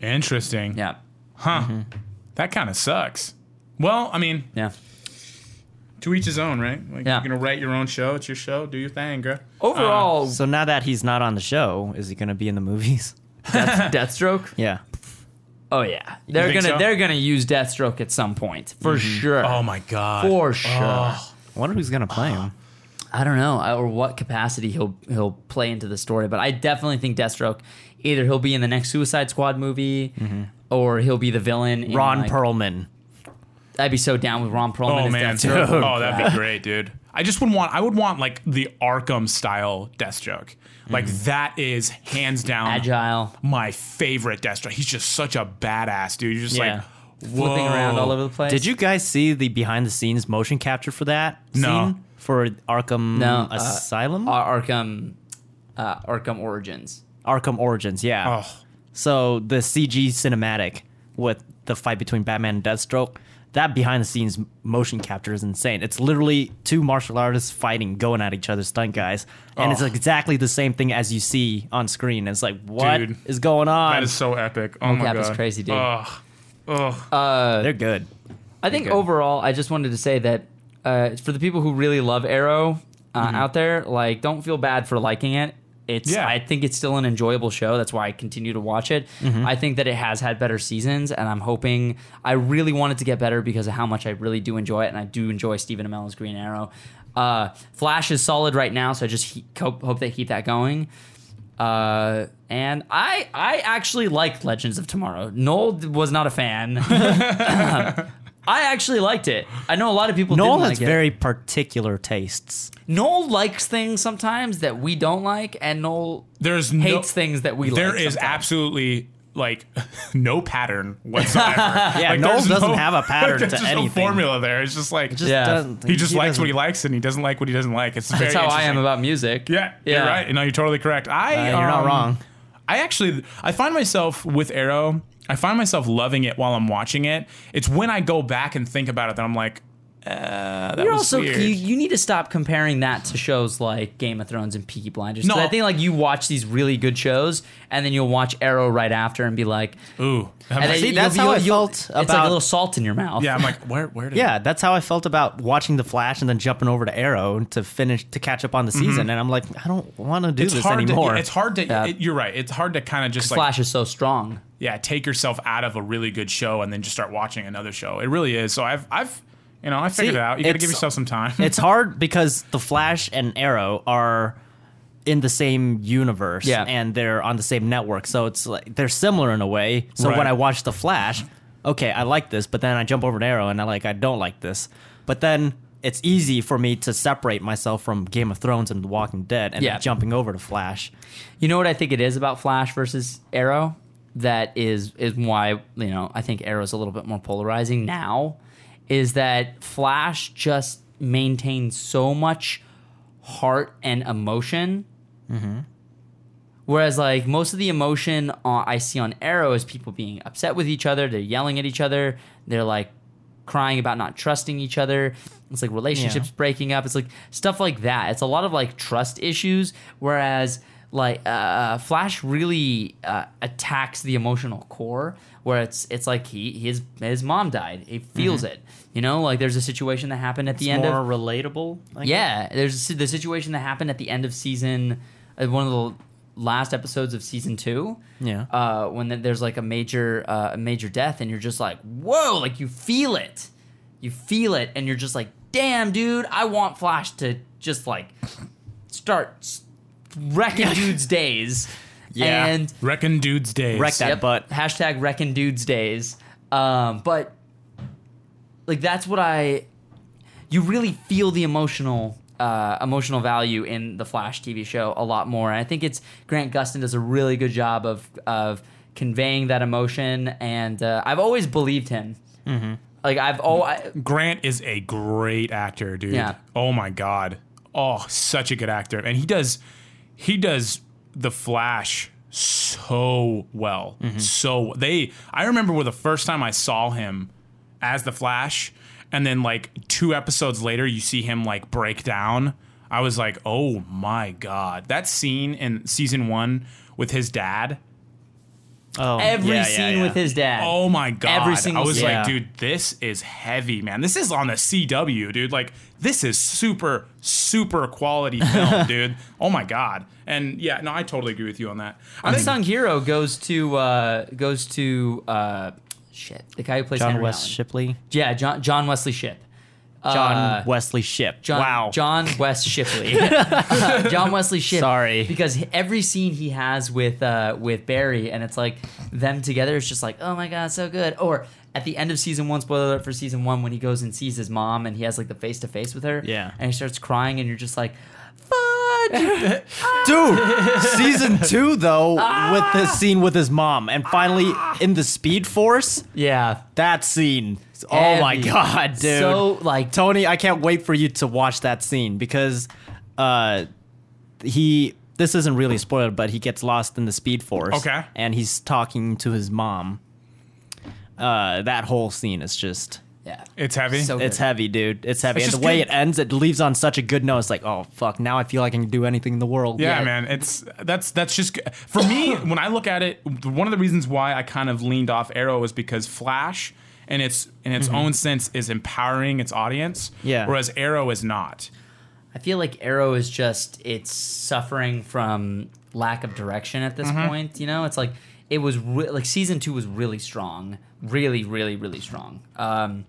C: Interesting.
A: Yeah, Mm-hmm.
C: Huh? That kind of sucks. Well, I mean,
A: yeah.
C: to each his own, right? Like
A: Yeah.
C: you're gonna write your own show. It's your show. Do your thing, girl. Uh,
A: Overall,
B: so now that he's not on the show, is he going to be in the movies?
A: Death, Deathstroke.
B: Yeah.
A: Oh yeah, they're
C: think
A: gonna
C: so?
A: they're gonna use Deathstroke at some point for sure.
C: Oh my god.
A: for sure.
B: I Mm-hmm. wonder who's going to play him.
A: I don't know, I- or what capacity he'll he'll play into the story, but I definitely think Deathstroke either he'll be in the next Suicide Squad movie, or he'll be the villain. in,
B: Ron
A: like-
B: Perlman.
A: I'd be so down with Ron Perlman.
C: Oh
A: as
C: man, dude.
A: Deathstroke.
C: Oh, that'd be great, dude. I just would want. I would want like the Arkham style Deathstroke. Like that is hands down
A: Mm-hmm. agile,
C: my favorite Deathstroke. He's just such a badass, dude. You're just
B: Yeah.
C: like whoa.
A: flipping around all over the place.
B: Did you guys see the behind the scenes motion capture for that
C: No.
B: scene? For Arkham
A: No, uh,
B: Asylum?
A: Ar- Arkham, uh, Arkham Origins?
B: Arkham Origins, yeah.
C: Oh,
B: So the CG cinematic with the fight between Batman and Deathstroke, that behind the scenes motion capture is insane. It's literally two martial artists fighting, going at each other, stunt guys, and it's
C: Oh.
B: exactly the same thing as you see on screen. It's like, what is
C: Dude.
B: going on?
C: That is so epic. Oh my
A: Mocap
C: god,
A: is crazy, dude. Uh,
C: Ugh. Ugh.
B: They're good.
A: I think
C: Okay.
A: overall, I just wanted to say that uh, for the people who really love Arrow uh, out there, like, don't feel bad for liking it. It's
C: Mm-hmm. Yeah.
A: I think it's still an enjoyable show. That's why I continue to watch it.
C: Mm-hmm.
A: I think that it has had better seasons, and I'm hoping I really want it to get better because of how much I really do enjoy it, and I do enjoy Stephen Amell's Green Arrow. Uh, Flash is solid right now, so I just he- hope, hope they keep that going. Uh, and I I actually liked Legends of Tomorrow. Noel was not a fan. I actually liked it. I know a lot of people.
B: Noel
A: didn't
B: has
A: like it.
B: very particular tastes.
A: Noel likes things sometimes that we don't like, and Noel
C: There's no,
A: hates things that we like.
C: There is
A: sometimes.
C: absolutely like no pattern whatsoever.
B: Yeah,
C: like,
B: Noel
C: there's
B: doesn't have a pattern
C: there's
B: to
C: just
B: anything.
C: No formula there. It's just like
B: just
A: Yeah.
B: doesn't-
C: he just likes
B: doesn't-
C: what he likes and he doesn't like what he doesn't like. It's very
A: That's how I am
C: interesting.
A: about music.
C: Yeah, you're right. No, you're totally correct. I
B: Uh, you're not
C: um,
B: wrong.
C: I actually I find myself with Arrow, I find myself loving it while I'm watching it. It's when I go back and think about it that I'm like, uh, that
A: You're
C: was
A: also
C: weird.
A: you, you need to stop comparing that to shows like Game of Thrones and Peaky Blinders. 'Cause
C: No.
A: I think like you watch these really good shows, and then you'll watch Arrow right after and be like,
C: Ooh.
A: and then
B: See, that's
A: you'll-
B: how I
A: you'll-
B: felt
A: it's like a
B: about-
A: little salt in your mouth.
C: yeah, I'm like, where where did
B: Yeah, that's how I felt about watching The Flash and then jumping over to Arrow to finish to catch up on the season. And I'm like, I don't want to do
C: Mm-hmm. it's
B: this
C: hard
B: anymore.
C: to it's hard to
A: Yeah.
C: it- you're right. It's hard to kind of just like
A: Flash is so strong.
C: yeah, take yourself out of a really good show and then just start watching another show. It really is. So I've I've you know, I figured
B: See,
C: it out. You got to
B: it's-
C: give yourself some time.
B: it's hard because The Flash and Arrow are in the same universe
A: Yeah.
B: and they're on the same network. So it's like they're similar in a way. So
C: Right.
B: when I watch The Flash, okay, I like this, but then I jump over to Arrow and I like I don't like this. But then it's easy for me to separate myself from Game of Thrones and The Walking Dead and
A: Yeah.
B: then jumping over to Flash.
A: You know what I think it is about Flash versus Arrow? That is is why you know I think Arrow's a little bit more polarizing now. Is that Flash just maintains so much heart and emotion, whereas like most of the emotion uh, I see on Arrow is people being upset with each other, they're yelling at each other, they're like crying about not trusting each other. It's like relationships breaking up. It's like stuff like that. It's a lot of like trust issues. Whereas like uh, uh, Flash really uh, attacks the emotional core, where it's it's like he his his mom died. He feels it. You know, like there's a situation that happened at the end
B: more
A: of
B: relatable. I guess.
A: yeah. There's a si- the situation that happened at the end of season uh, one of the last episodes of season two
B: Yeah.
A: uh, when th- there's like a major uh, a major death and you're just like whoa like you feel it you feel it and you're just like damn dude i want flash to just like start s- wrecking dudes days
B: Yeah.
A: and
C: Reckon dude's days.
B: Wreck that
A: Yep.
B: butt.
A: Hashtag wrecking dudes days. Um, but like that's what I. You really feel the emotional uh, emotional value in the Flash TV show a lot more, and I think it's Grant Gustin does a really good job of of conveying that emotion, and uh, I've always believed him.
B: Mm-hmm.
A: Like I've always.
C: Grant is a great actor, dude.
A: Yeah.
C: Oh my god. Oh, such a good actor. And he does he does the Flash so well. So they I remember where the first time I saw him as the Flash and then like two episodes later you see him like break down. I was like, "Oh my god." That scene in season 1 with his dad.
B: Oh,
A: Every scene with his dad.
C: Oh my god!
A: Every single
C: I was
A: scene.
B: Yeah.
C: like, dude, this is heavy, man. This is on the CW, dude. Like, this is super, super quality film, dude. Oh my god! And yeah, no, I totally agree with you on that. I think-
A: unsung hero goes to uh, goes to uh, shit. The guy who plays
B: John
A: Henry
B: West
A: Allen.
B: Shipley.
A: Yeah, John John Wesley Ship.
B: John
A: Uh,
B: Wesley Ship.
A: John,
B: wow.
A: John West Shipley. John Wesley Shipley.
B: Sorry.
A: Because every scene he has with uh, with Barry, and it's like them together, it's just like, oh my god, so good. Or at the end of season one, spoiler alert for season one, when he goes and sees his mom, and he has like the face to face with her,
B: Yeah.
A: and he starts crying, and you're just like, fudge.
B: Dude, season two though, with the
C: Ah.
B: scene with his mom, and finally in the Speed Force,
A: yeah.
B: that scene. Oh my
A: Heavy.
B: god, dude.
A: So like
B: Tony, I can't wait for you to watch that scene because uh he this isn't really spoiled, but he gets lost in the speed force.
C: Okay.
B: And he's talking to his mom. Uh that whole scene is just
A: Yeah.
C: It's heavy.
A: So
B: It's
A: good.
B: heavy, dude. It's heavy.
C: It's
B: and
C: just
B: the way
C: good.
B: it ends, it leaves on such a good note. It's like, oh fuck, now I feel like I can do anything in the world.
C: yeah,
A: Yeah.
C: man. It's that's that's just g- for me. when I look at it, one of the reasons why I kind of leaned off Arrow is because Flash, in its in
A: Mm-hmm.
C: its own sense, is empowering its audience.
B: Yeah.
C: Whereas Arrow is not.
A: I feel like Arrow is just it's suffering from lack of direction at this point. You know, it's like it was re- like season two was really strong, really, really, really strong. Um,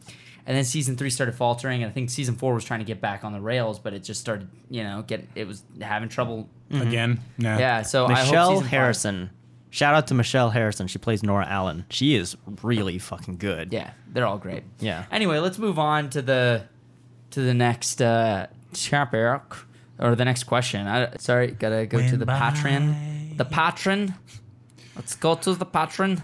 A: and then season three started faltering, and I think season four was trying to get back on the rails, but it just started, you know, get it was having trouble.
C: Again, nah.
A: Mm-hmm. Yeah, so I hope
B: Michelle
A: season five-
B: Harrison. Shout out to Michelle Harrison. She plays Nora Allen. She is really fucking good.
A: Yeah, they're all great.
B: Yeah.
A: Anyway, let's move on to the to the next uh chapter or the next question. I, sorry, gotta go to
C: Went
A: the
C: by.
A: patron. The patron. Let's go to the patron.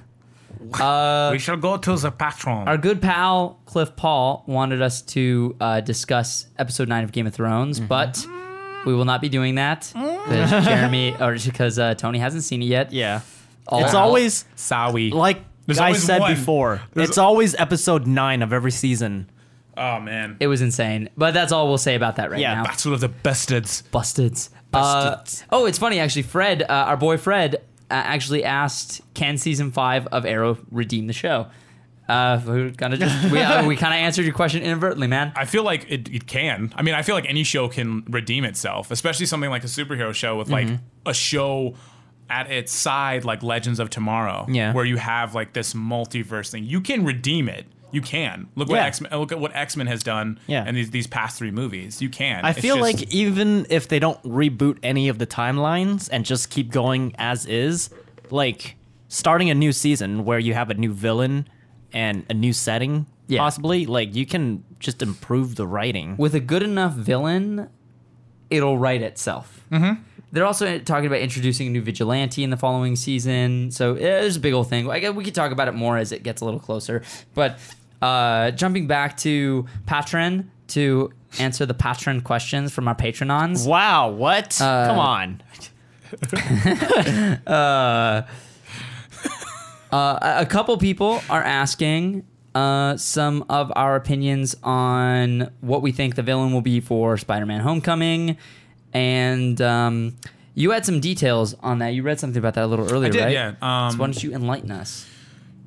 A: Uh,
C: We shall go to the patron.
A: our good pal Cliff Paul wanted us to uh, discuss episode nine of Game of Thrones,
B: Mm-hmm.
A: but we will not be doing that because Jeremy or because uh, Tony hasn't seen it yet.
B: Yeah.
A: All
B: it's
A: out.
B: always
C: Sawi.
B: like
C: There's
B: I
C: always
B: said
C: one.
B: before.
C: There's-
B: it's always episode nine of every season.
C: oh man,
A: it was insane, but that's all we'll say about that right
B: Yeah,
A: now.
C: Battle of the Bastards.
A: Busted. Uh, oh, it's funny actually. Fred, uh, our boy Fred, uh, actually asked, "Can season five of Arrow redeem the show?" Uh, we kind of just we, uh, we kind of answered your question inadvertently, man.
C: I feel like it, it can. I mean, I feel like any show can redeem itself, especially something like a superhero show with like a show at its side, like Legends of Tomorrow,
B: Yeah.
C: where you have like this multiverse thing. You can redeem it. You can look what
B: Yeah.
C: X look at what X Men has done,
B: Yeah.
C: and these these past three movies. You can.
B: I
C: It's
B: feel
C: just-
B: like even if they don't reboot any of the timelines and just keep going as is, like starting a new season where you have a new villain and a new setting,
A: Yeah.
B: possibly, like you can just improve the writing.
A: With a good enough villain, it'll write itself. Mm-hmm. They're also talking about introducing a new vigilante in the following season, so yeah, there's a big old thing. I guess we could talk about it more as it gets a little closer. But uh, jumping back to Patron to answer the Patron questions from our Patronons.
B: Wow, what?
A: Uh,
B: Come on.
A: a couple people are asking uh, some of our opinions on what we think the villain will be for Spider-Man: Homecoming, and um, you had some details on that. You read something about that a little earlier,
C: did,
A: right?
C: yeah. Um,
A: so why don't you enlighten us?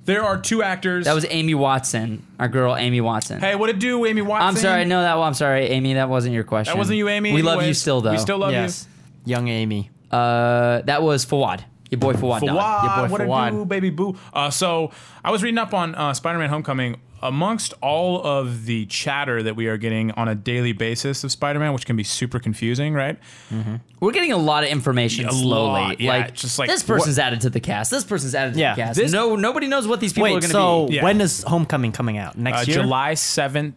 C: there are two actors.
A: That was Amy Watson, our girl Amy Watson.
C: hey, what it do, Amy Watson?
A: I'm sorry, no, that I'm sorry, Amy. That wasn't your question.
C: that wasn't you, Amy.
A: We love you
C: Anyways,
A: still, though.
C: We still love
B: Yes. Young Amy.
A: you. Uh, that was Fawad, your boy Fawad.
C: Fawad,
A: Daud. your boy
C: what
A: Fawad.
C: a do, baby boo. Uh, so I was reading up on uh, Spider-Man: Homecoming. Amongst all of the chatter that we are getting on a daily basis of Spider-Man, which can be super confusing, right?
A: We're getting a lot of information
C: A
A: slowly.
C: lot, yeah,
A: like,
C: just like,
A: this person's added to the cast. This person's added to
B: Yeah,
A: the cast.
B: this-
A: no, nobody knows what these people are
B: Wait,
A: going to
B: so
A: be.
C: Yeah.
B: when is Homecoming coming out? Next
C: Uh,
B: year?
C: July seventh,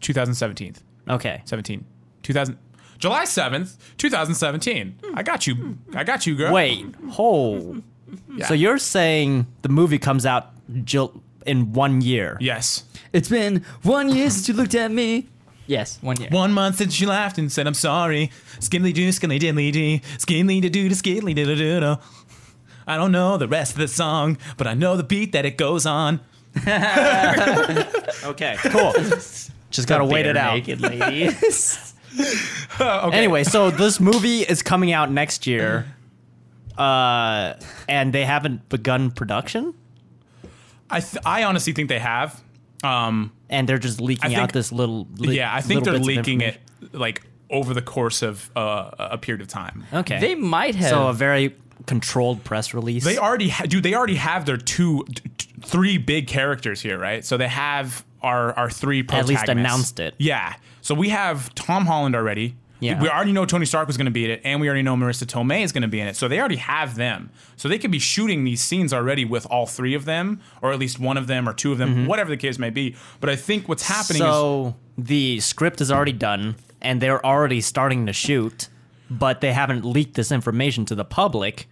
C: two thousand seventeen.
B: Okay.
C: 17. 2000 July 7th, 2017. I got you. I got you, girl.
B: Wait, ho. So you're saying the movie comes out Jul- in one year?
C: Yes.
A: It's been one year since you looked at me. Yes, one year.
C: One month since you laughed and said I'm sorry. Skinly doo, skinly diddly dee, skinly doo doo, skinly doo doo doo. I don't know the rest of the song, but I know the beat that it goes on.
B: Okay, cool. Just gotta wait it out. Anyway, so this movie is coming out next year, uh, and they haven't begun production,
C: I th- I honestly think they have. Um,
B: and they're just leaking
C: I think-
B: out this little. li-
C: yeah, I think
B: little
C: they're
B: bits of
C: leaking it
B: information.
C: like over the course of uh, a period of time.
B: Okay,
A: They might have.
B: so a very controlled press release.
C: They already ha- dude. They already have their two, t- t- three big characters here, right? So they have our our three
B: At
C: protagonists.
B: least announced it.
C: Yeah. So we have Tom Holland already.
B: Yeah.
C: We already know Tony Stark was going to be in it, and we already know Marissa Tomei is going to be in it. So they already have them. So they could be shooting these scenes already with all three of them, or at least one of them, or two of them, whatever the case may be. But I think what's happening is
B: Mm-hmm. so the script is already done, and they're already starting to shoot, but they haven't leaked this information to the public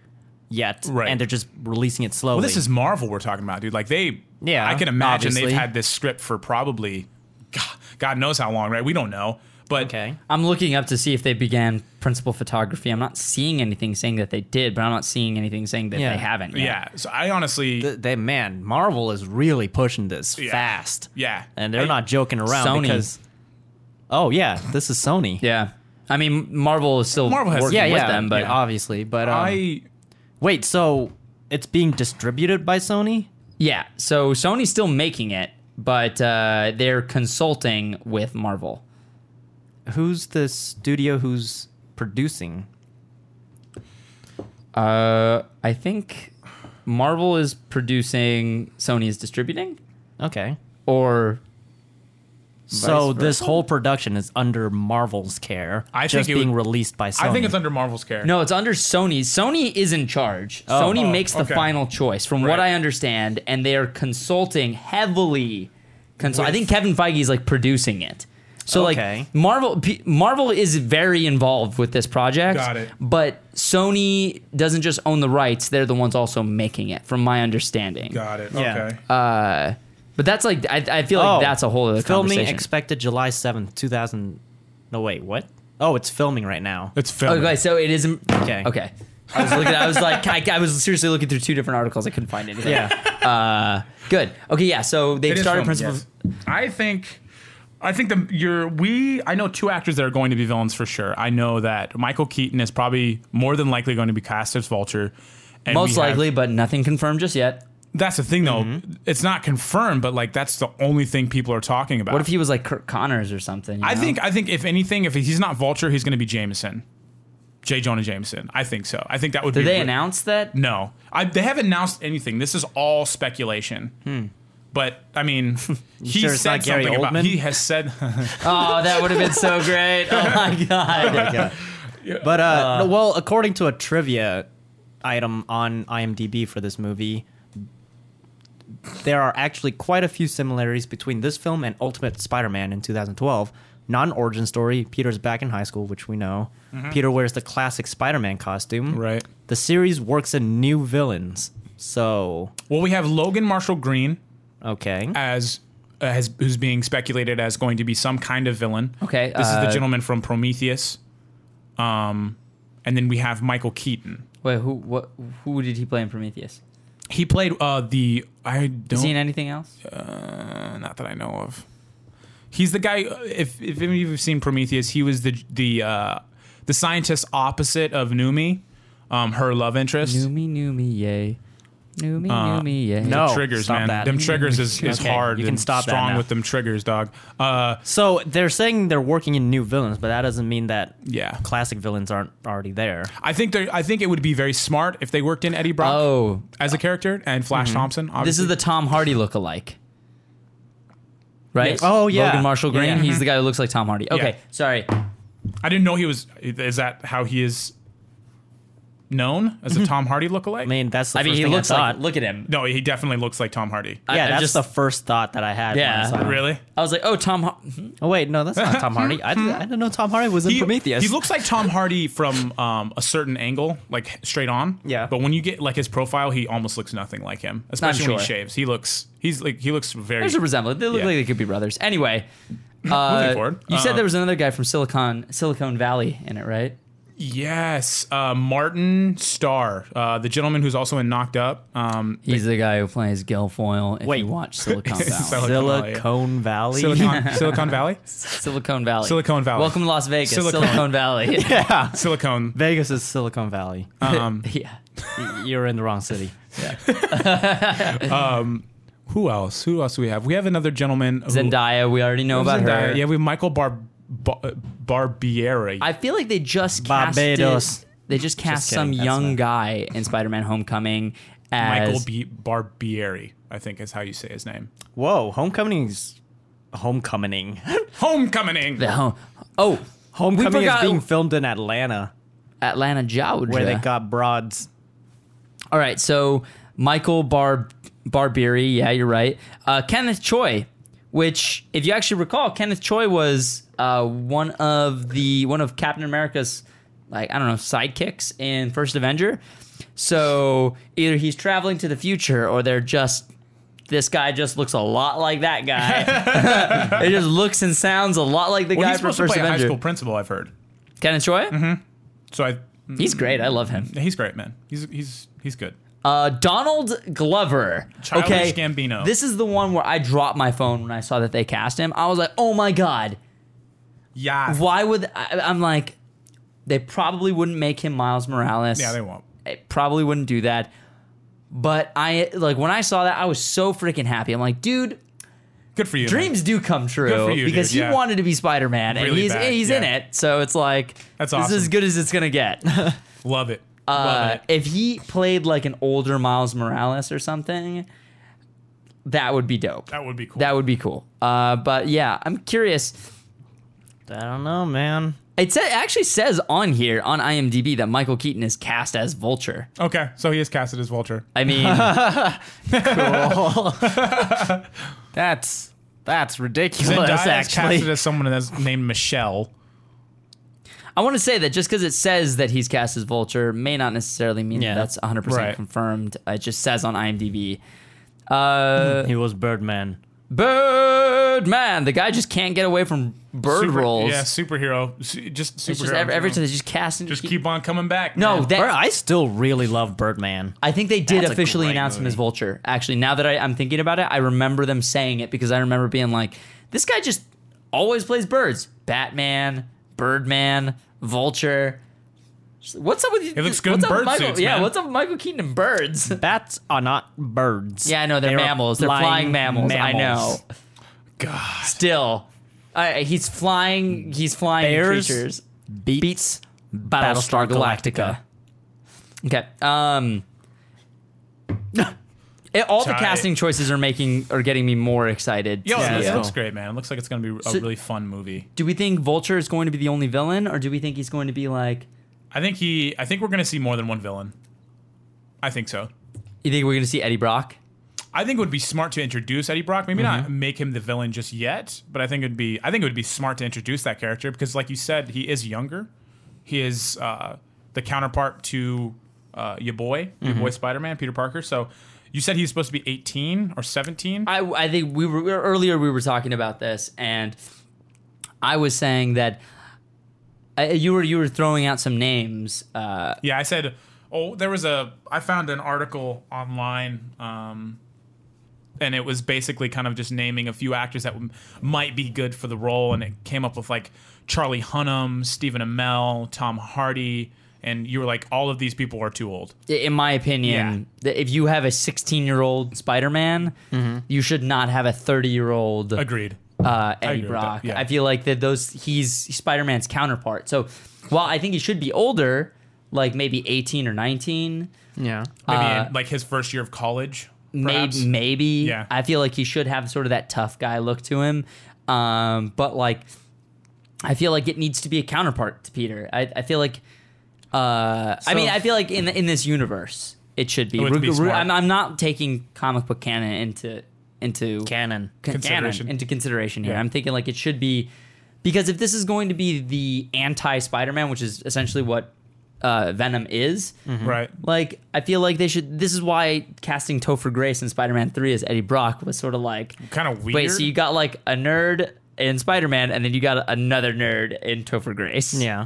B: yet,
C: Right.
B: and they're just releasing it slowly.
C: well, this is Marvel we're talking about, dude. Like they,
B: Yeah,
C: I can imagine
B: obviously.
C: they've had this script for probably, God, God knows how long, right? We don't know. But
B: Okay.
A: I'm looking up to see if they began principal photography. I'm not seeing anything saying that they did, but I'm not seeing anything saying that
B: Yeah.
A: they haven't. Yet.
C: yeah, so I honestly,
B: Th- They man, Marvel is really pushing this
C: Yeah.
B: fast.
C: yeah,
B: And they're
C: I-
B: not joking around
A: Sony.
B: because Oh yeah, this is Sony.
A: Yeah. I mean, Marvel is still
C: Marvel has-
A: working
B: yeah,
A: with
B: yeah,
A: them, but
B: yeah, obviously, but um,
C: I
B: wait, so it's being distributed by Sony?
A: yeah. So Sony's still making it, but uh, they're consulting with Marvel.
B: Who's the studio who's producing?
A: Uh, I think Marvel is producing, Sony is distributing,
B: Okay.
A: or
B: So
A: Vice
B: this
A: versa?
B: whole production is under Marvel's care,
C: I
B: just
C: think it
B: being
C: would-
B: released by Sony.
C: I think it's under Marvel's care.
A: no, it's under Sony. Sony is in charge. Sony
C: oh,
A: makes the
C: okay.
A: final choice, from what
C: Right.
A: I understand, and they are consulting heavily. Consult- I think Kevin Feige is like producing it. So
B: Okay.
A: like Marvel, P- Marvel is very involved with this project.
C: Got it.
A: But Sony doesn't just own the rights; they're the ones also making it, from my understanding.
C: got it.
B: Yeah.
C: Okay,
A: Uh, But that's like I, I feel
C: Oh,
A: like that's a whole other
B: filming
A: conversation.
B: expected July seventh, two thousand. No wait, what? Oh, it's filming right now.
C: it's
A: Oh,
C: filming.
A: Okay, so it isn't.
B: Okay.
A: Okay. I was looking. I was like, I, I was seriously looking through two different articles. I couldn't find anything. Uh,
B: Yeah,
A: Good. Okay. Yeah. So they
C: It is
A: started
C: filmed,
A: principal.
C: yes. I think. I think the you're we I know two actors that are going to be villains for sure. I know that Michael Keaton is probably more than likely going to be cast as Vulture. And
A: Most
C: we have-
A: likely, Mm-hmm. but nothing confirmed just yet.
C: that's the thing though. It's not confirmed, but like that's the only thing people are talking about.
A: What if he was like Kirk Connors or something? you
C: I
A: know?
C: think I think if anything, if he's not Vulture, he's going to be Jameson, J. Jonah Jameson. I think so. I think that would
A: Did
C: be.
A: they
C: re-
A: announce that?
C: No, I, they haven't announced anything. This is all speculation. But I mean, he
B: sure it's
C: said
B: not Gary
C: something about.
B: Oldman?
C: He has said.
A: Oh, that would have been so great. Oh my god.
B: but uh, no, well, according to a trivia item on IMDb for this movie, there are actually quite a few similarities between this film and Ultimate Spider-Man in 2012. Non-origin story. Peter's back in high school, which we know.
A: Mm-hmm.
B: Peter wears the classic Spider-Man costume.
C: Right.
B: The series works in new villains. So
C: well, we have Logan Marshall Green
B: okay.
C: as. As, who's being speculated as going to be some kind of villain?
A: Okay,
C: this is
A: uh,
C: the gentleman from Prometheus, um, and then we have Michael Keaton.
A: Wait, who? What? Who did he play in Prometheus?
C: He played uh, the I don't
A: Is he in anything else?
C: Uh, not that I know of. He's the guy. If if any of you've seen Prometheus, he was the the uh, the scientist opposite of Numi, um, her love interest.
A: New me, new me, yay. New me,
C: Uh,
A: new me, yay.
B: no. Oh,
C: triggers,
B: stop
C: man.
B: that.
C: Them triggers is, is
B: Okay,
C: hard.
B: you can
C: and
B: stop that
C: strong
B: now.
C: with them triggers, dog. Uh,
B: So they're saying they're working in new villains, but that doesn't mean that
C: Yeah.
B: classic villains aren't already there.
C: I think they I think it would be very smart if they worked in Eddie Brock
A: Oh,
C: as a character and Flash
B: Mm-hmm.
C: Thompson. Obviously.
A: this is the Tom Hardy look-alike, right?
C: Yes.
B: Oh, yeah.
A: Logan Marshall Green.
B: Yeah. Mm-hmm.
A: He's the guy who looks like Tom Hardy. Okay,
C: Yeah.
A: sorry.
C: I didn't know he was. Is that how he is known as
B: Mm-hmm.
C: a Tom Hardy lookalike?
B: I mean, that's the
A: I mean,
B: first
A: he
B: thing
A: looks
B: I thought.
A: like. Look at him.
C: no, he definitely looks like Tom Hardy.
A: I-
B: yeah,
A: I
B: that's
A: just-
B: the first thought that I had. when I
A: Yeah.
B: saw it.
C: really?
A: I was like, oh, Tom. Har-
B: Oh wait, no, that's not Tom Hardy. I, did, I didn't know Tom Hardy was in Prometheus.
C: He looks like Tom Hardy from um, a certain angle, like straight on.
B: Yeah.
C: But when you get like his profile, he almost looks nothing like him, especially when he
A: sure.
C: shaves. He looks he's like he looks very.
A: There's a resemblance. They look
C: Yeah.
A: like they could be brothers. Anyway, uh,
C: forward.
A: you
B: Uh-huh.
C: Uh,
A: said there was another guy from Silicon Silicon Valley in it, right?
C: yes, uh, Martin Starr, uh, the gentleman who's also in Knocked Up. Um,
A: He's the guy who plays Guilfoyle. If
B: Wait.
A: you watch Silicon Valley,
B: Silicon
C: Silicon
B: Valley.
C: Silicon, Silicon Valley,
A: Silicon Valley,
C: Silicon Valley.
A: Welcome to Las Vegas,
C: Silicon.
A: Silicon, Valley.
B: yeah,
C: Silicon.
B: Vegas is Silicon Valley.
A: yeah.
B: Y- You're in the wrong city.
C: Who else? Who else do we have? We have another gentleman. Who,
A: Zendaya, we already know about
C: Zendaya.
A: her.
C: Yeah, we have Michael Bar, Bar, Barbieri.
A: I feel like they just
B: Barbados.
A: casted. They just cast
B: kidding,
A: some
B: that's
A: young
B: not-
A: guy in Spider-Man: Homecoming as
C: Michael B, Barbieri, I think is how you say his name.
B: Whoa, homecoming's homecoming.
C: Homecoming.
A: the home. Oh,
B: homecoming
A: forgot-
B: is being filmed in Atlanta,
A: Atlanta, uh, Georgia.
B: where they got broads.
A: All right, so Michael Bar Barbieri, yeah, you're right. Uh, Kenneth Choi, which, if you actually recall, Kenneth Choi was uh, one of the one of Captain America's like I don't know sidekicks in First Avenger. So either he's traveling to the future or they're just this guy just looks a lot like that guy. it just looks and sounds a lot like the
C: Well,
A: guy
C: he's
A: from First
C: supposed to play a high Mm-hmm.
A: Avenger.
C: school principal. I've heard.
A: Ken and Troy?
C: So I,
A: He's great. I love him.
C: he's great, man. He's he's he's good.
A: Uh, Donald Glover.
C: Childish
A: okay.
C: Gambino.
A: This is the one where I dropped my phone when I saw that they cast him. I was like, oh my God.
C: Yeah.
A: Why would I, I'm like, they probably wouldn't make him Miles Morales.
C: Yeah, they won't.
A: I probably wouldn't do that. But I like when I saw that, I was so freaking happy. I'm like, dude,
C: Good for you. man.
A: dreams do come true
C: Good for you,
A: because
C: dude,
A: he
C: yeah.
A: wanted to be Spider Man and
C: Really
A: he's
C: bad,
A: he's in
C: yeah.
A: it. So it's like
C: That's
A: this
C: awesome.
A: is as good as it's gonna get.
C: Love it.
A: Uh,
C: Love it.
A: if he played like an older Miles Morales or something, that would be dope.
C: That would be cool.
A: That would be cool. Uh, but yeah, I'm curious.
B: I don't know, man.
A: It sa- actually says on here on IMDb that Michael Keaton is cast as Vulture.
C: okay, so he is casted as Vulture.
A: I mean,
B: That's that's ridiculous.
C: Zendaya is
B: Actually,
C: casted as someone that's named Michelle.
A: I want to say that just because it says that he's cast as Vulture may not necessarily mean
B: Yeah.
A: that that's 100%
C: Right.
A: confirmed. It just says on IMDb. Uh,
B: he was Birdman.
A: Birdman. The guy just can't get away from bird
C: Super-
A: rolls.
C: Yeah, superhero. Su- just superhero.
A: It's just every, every time they just cast him.
C: Just keep on coming back.
A: No,
C: man.
A: that,
B: Bro, I still really love Birdman.
A: I think they did
B: That's a
A: officially
B: great
A: announce him
B: movie.
A: as Vulture. Actually, now that I, I'm thinking about it, I remember them saying it because I remember being like, this guy just always plays birds. Batman, Birdman, Vulture. What's up with you?
C: He looks good
A: what's up
C: in
A: with
C: bird
A: Michael,
C: suits,
A: Yeah,
C: man.
A: what's up with Michael Keaton and birds?
B: Bats are not birds.
A: Yeah, I know they're
B: They are
A: mammals. They're flying, mammals. I know.
C: God.
A: Still, uh, he's flying. He's flying
B: Bears
A: creatures.
B: Beats,
A: Battlestar Galactica. Okay. Um. it- all the
C: Tight.
A: casting choices are making are getting me more excited. to
C: Yo,
A: see
B: Yeah.
C: this
A: it.
C: looks great, man. It looks like it's gonna be a
A: So-
C: really fun movie.
A: Do we think Vulture is going to be the only villain, or do we think he's going to be like?
C: I think he. I think we're gonna see more than one villain. I think so.
A: You think we're going to see Eddie Brock?
C: I think it would be smart to introduce Eddie Brock. Maybe not make him the villain just yet, but I think it'd be I think it would be smart to introduce that character because, like you said, he is younger. He is uh, the counterpart to uh, your boy, your boy Spider Man, Peter Parker. So you said he's supposed to be eighteen or seventeen.
A: I, I think we were we were- earlier we were talking about this, and I was saying that uh, you were you were throwing out some names. Uh,
C: Yeah, I said. Oh, there was a. I found an article online, um, and it was basically kind of just naming a few actors that m- might be good for the role, and it came up with like Charlie Hunnam, Stephen Amell, Tom Hardy, and you were like, all of these people are too old.
A: in my opinion, that if you have a 16 year old Spider Man,
C: Mm-hmm.
A: you should not have a 30 year old
C: Agreed.
A: uh,
C: agree
A: Eddie
C: with
A: Brock.
C: that, yeah.
A: I feel like that those he's Spider Man's counterpart. So while I think he should be older, like maybe 18 or 19,
B: Yeah.
C: Maybe in, like his first year of college. perhaps.
A: maybe, maybe
C: Yeah.
A: I feel like he should have sort of that tough guy look to him. Um, but like, I feel like it needs to be a counterpart to Peter. I, I feel like, uh, I
B: So-
A: mean, I feel like in in this universe, it should be.
C: Oh, It would be
A: Ru- ru-
C: smart.
A: I'm, I'm not taking comic book canon into into
B: Canon.
A: con-
C: Consideration.
A: canon into consideration here.
C: Yeah.
A: I'm thinking like it should be because if this is going to be the anti Spider-Man, which is essentially what uh, Venom is,
C: Right.
A: like I feel like they should. This is why casting Topher Grace in Spider-Man Three as Eddie Brock was sort of like
C: Kind of weird.
A: wait. So you got like a nerd in Spider-Man, and then you got another nerd in Topher Grace.
B: Yeah.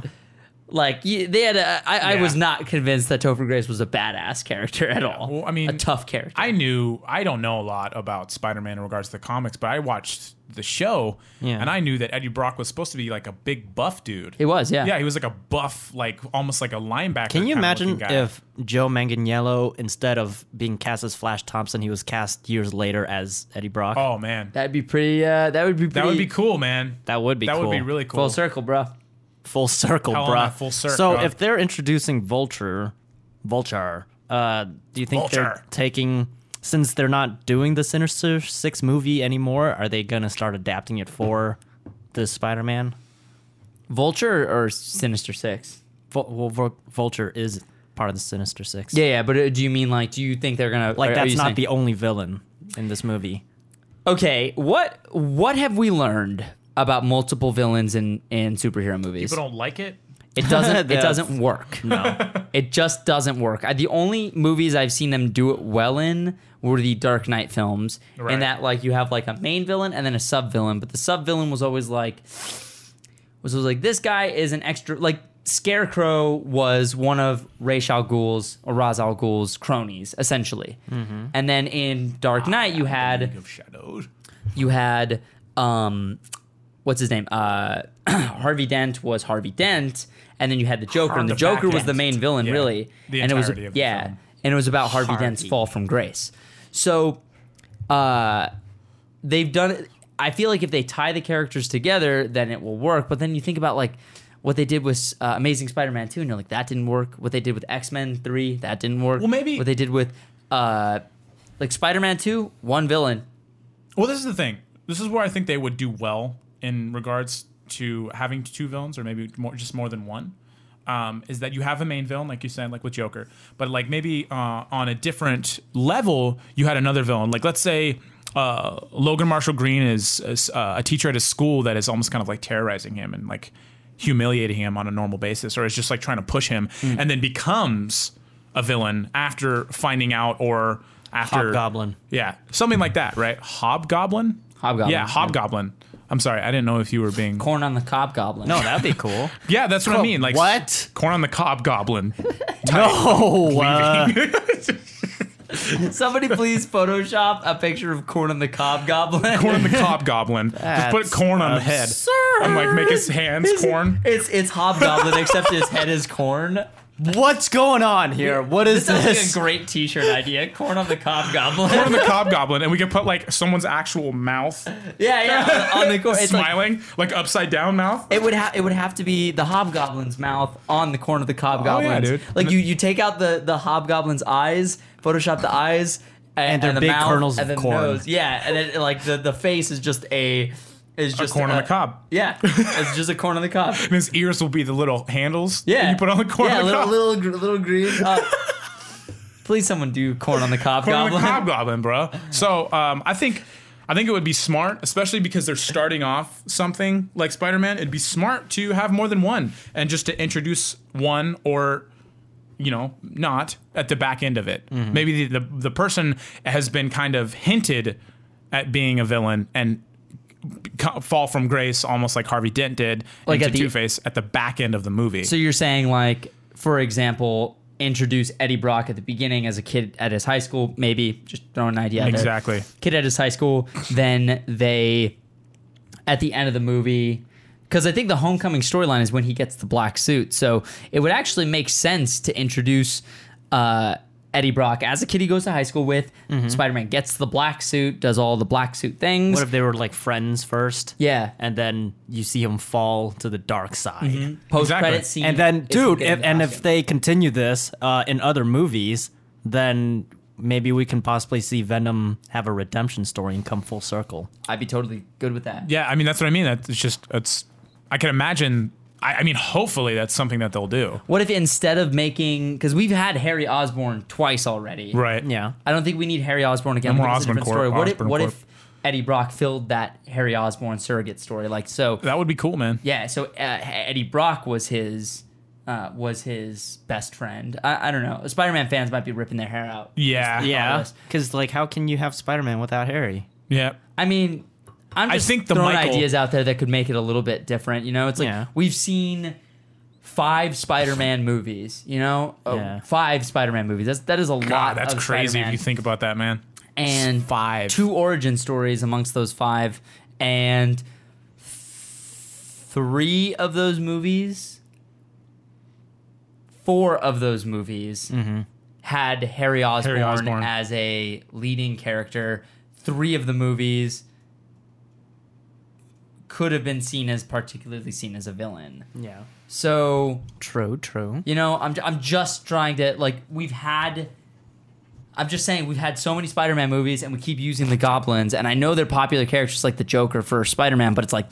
A: like you, they had. A, I, I
C: Yeah.
A: was not convinced that Topher Grace was a badass character at all.
C: Well, I mean,
A: a tough character.
C: I knew I don't know a lot about Spider-Man in regards to the comics, but I watched the show,
B: Yeah.
C: and I knew that Eddie Brock was supposed to be like a big buff dude.
A: it was yeah.
C: Yeah, he was like a buff, like almost like a linebacker.
B: Can you
C: kinda
B: imagine
C: looking guy.
B: if Joe Manganiello, instead of being cast as Flash Thompson, he was cast years later as Eddie Brock?
C: Oh man,
A: That'd be pretty. Uh, that would be. Pretty,
C: that would be cool, man.
B: That would be
C: that
B: cool.
C: would be really cool.
A: full circle, bro.
B: full circle,
C: Hell on
B: bruh.
C: that full circle.
B: So if they're introducing Vulture, Vulture, uh, do you think they're
C: Vulture.
B: taking? Since they're not doing the Sinister Six movie anymore, are they gonna start adapting it for the Spider-Man?
A: Vulture or Sinister Six?
B: Vul- well, Vul- Vulture is part of the Sinister Six.
A: Yeah, yeah. But uh, do you mean like? Do you think they're gonna
B: like
A: are- are
B: that's
A: you
B: not
A: saying-
B: the only villain in this movie.
A: Okay, what what have we learned about multiple villains in in superhero movies?
C: people don't like it,
A: It doesn't it
B: That's-
A: doesn't work.
B: No,
A: It just doesn't work. I, the only movies I've seen them do it well in were the Dark Knight films,
C: Right.
A: and that like you have like a main villain and then a sub villain, but the sub villain was always like was always like this guy is an extra like Scarecrow was one of Ra's al Ghul's or Ra's al Ghul's cronies essentially,
C: Mm-hmm.
A: and then in Dark
C: Ah,
A: Knight you had
C: League of Shadows.
A: you had um what's his name uh harvey dent was harvey dent and then you had the joker and the
C: Harvey
A: joker was the
C: Dent.
A: main villain
C: Yeah.
A: really
C: The
A: and it was
C: entirety of the
A: yeah
C: film.
A: and it was about harvey, dent's
B: Harvey.
A: fall from grace so uh they've done i feel like if they tie the characters together then it will work but then you think about like what they did with uh, Amazing Spider-Man 2, and you're like, that didn't work. What they did with X-Men 3, that didn't work. Well,
C: maybe-
A: what they did with, uh, like Spider-Man 2, one villain,
C: Well, this is the thing. This is where I think they would do well in regards to having two villains, or maybe more, just more than one. Um, is that you have a main villain, like you said, like with Joker, but like maybe uh, on a different level, you had another villain. Like let's say uh, Logan Marshall Green is, is uh, a teacher at a school that is almost kind of like terrorizing him and like humiliating him on a normal basis, or is just like trying to push him, and then becomes a villain after finding out or after
B: Hobgoblin.
C: yeah, something like that, right? Hobgoblin.
A: Hobgoblin,
C: Yeah,
A: yeah.
C: hobgoblin. I'm sorry, I didn't know if you were being.
A: corn on the cob goblin.
B: No, Oh, that'd be cool.
C: yeah, that's what I mean. Like
B: Oh, What?
C: Corn on the cob goblin.
B: no. uh,
A: Somebody please Photoshop a picture of corn on the cob goblin.
C: Corn on the cob goblin. Just put
B: That's
C: corn on the head. I'm like, make his hands corn.
A: It's it's hobgoblin except his head is corn.
B: what's going on here? What is
A: This sounds like
B: this?
A: a great T-shirt idea. Corn on the cob goblin.
C: Corn on the cob goblin, and we could put like someone's actual mouth
A: yeah, yeah. On, on the corn. It's like,
C: smiling, like, upside down mouth.
A: it would have it would have to be the hobgoblin's mouth on the corn of the
C: Oh, yeah,
A: hobgoblin.
C: dude.
A: Like you you take out the the hobgoblin's eyes, Photoshop the eyes, and,
B: And they're
A: the
B: big
A: mouth,
B: kernels
A: and
B: of
A: the
B: corn.
A: nose. Yeah, and then like the the face is just a is just uh,
C: corn on the cob.
A: Yeah, it's just a corn on the cob.
C: And his ears will be the little handles. that
A: Yeah,
C: you put on the corn
A: Yeah,
C: on the
A: little,
C: cob.
A: little gr- little green. Uh, please, someone do corn on the cob
C: Corn on
A: goblin.
C: the cob goblin, bro. So um, I think I think it would be smart, especially because they're starting off something like Spider-Man. It'd be smart to have more than one, and just to introduce one or you know not at the back end of it.
A: Mm-hmm.
C: Maybe the, the the person has been kind of hinted at being a villain and. co- Fall from grace, almost like Harvey Dent did,
A: Like
C: like
A: at the-
C: Two Face at the back end of the movie.
A: So you're saying, like, for example, introduce Eddie Brock at the beginning as a kid at his high school, maybe just throw an idea. out there.
C: Exactly.
A: Kid at his high school. Then they, at the end of the movie. Because I think the homecoming storyline is when he gets the black suit, so it would actually make sense to introduce uh, Eddie Brock as a kid he goes to high school with.
C: Mm-hmm.
A: Spider-Man gets the black suit, does all the black suit things.
B: What if they were like friends first?
A: Yeah.
B: And then you see him fall to the dark side.
A: Post
C: Exactly.
A: credit scene.
B: And then,
A: is him
B: dude,
A: Mm-hmm. getting
B: if, and
A: costume.
B: if they continue this uh, in other movies, then maybe we can possibly see Venom have a redemption story and come full circle.
A: I'd be totally good with that.
C: Yeah, I mean that's what I mean. That's it's just it's. I can imagine. I, I mean, hopefully that's something that they'll do.
A: What if instead of making, because we've had Harry Osborne twice already,
C: Right.
B: Yeah.
A: I don't think we need Harry Osborne again.
C: No more
A: I think it's a
C: Osborn
A: different story.
C: Corp,
A: What if
C: Osborn
A: what
C: Corp.
A: if Eddie Brock filled that Harry Osborne surrogate story? Like so,
C: That would be cool, man.
A: yeah. So uh, Eddie Brock was his uh, was his best friend. I, I don't know. Spider-Man fans might be ripping their hair out.
C: Yeah.
A: Yeah.
B: Yeah. Because, like, how can you have Spider Man without Harry?
C: Yeah.
A: I mean, I'm
C: I
A: just
C: think the
A: throwing
C: Michael-
A: ideas out there that could make it a little bit different. You know, it's like
B: Yeah.
A: we've seen five Spider-Man movies. You know, Oh,
B: Yeah.
A: five Spider-Man movies. That's that is a lot.
C: God, that's
A: of
C: crazy
A: Spider-Man.
C: if you think about that, man.
A: and
C: Five.
A: two origin stories amongst those five, and th- three of those movies, four of those movies had Harry Osborn,
C: Mm-hmm. Osborn.
A: as a leading character. Three of the movies could have been seen as particularly seen as a villain.
B: Yeah.
A: So
B: True, true.
A: you know, I'm I'm just trying to like we've had. I'm just saying we've had so many Spider-Man movies, and we keep using the goblins. And I know they're popular characters like the Joker for Spider-Man, but it's like,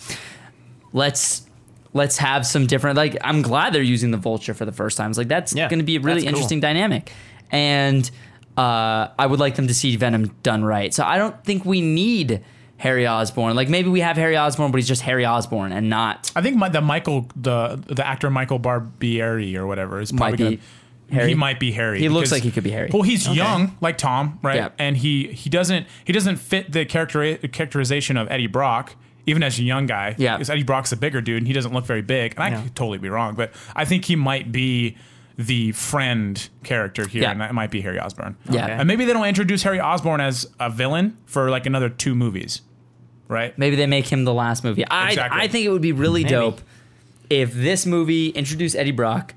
A: let's let's have some different. Like I'm glad they're using the Vulture for the first time. It's like that's
B: Yeah,
A: going to be a really
B: that's cool.
A: interesting dynamic, and uh, I would like them to see Venom done right. So I don't think we need Harry Osborn. Like maybe we have Harry Osborn, but he's just Harry Osborn and not
C: I think my, the Michael, the the actor Michael Barbieri or whatever is probably
A: Might be.
C: gonna.
A: Harry?
C: He might be Harry.
A: He looks
C: because-
A: like he could be Harry.
C: Well, he's young, like Tom, right?
A: Yeah.
C: And he he doesn't he doesn't fit the character characterization of Eddie Brock, even as a young guy.
A: Yeah.
C: because Eddie Brock's a bigger dude, and he doesn't look very big. And I
B: Yeah.
C: could totally be wrong, but I think he might be the friend character here,
A: Yeah.
C: and that might be Harry Osborn.
A: Yeah.
B: Okay.
C: and maybe they don't introduce Harry Osborn as a villain for like another two movies, right?
A: Maybe they make him the last movie. I
C: Exactly.
A: I think it would be really dope if this movie introduced Eddie Brock.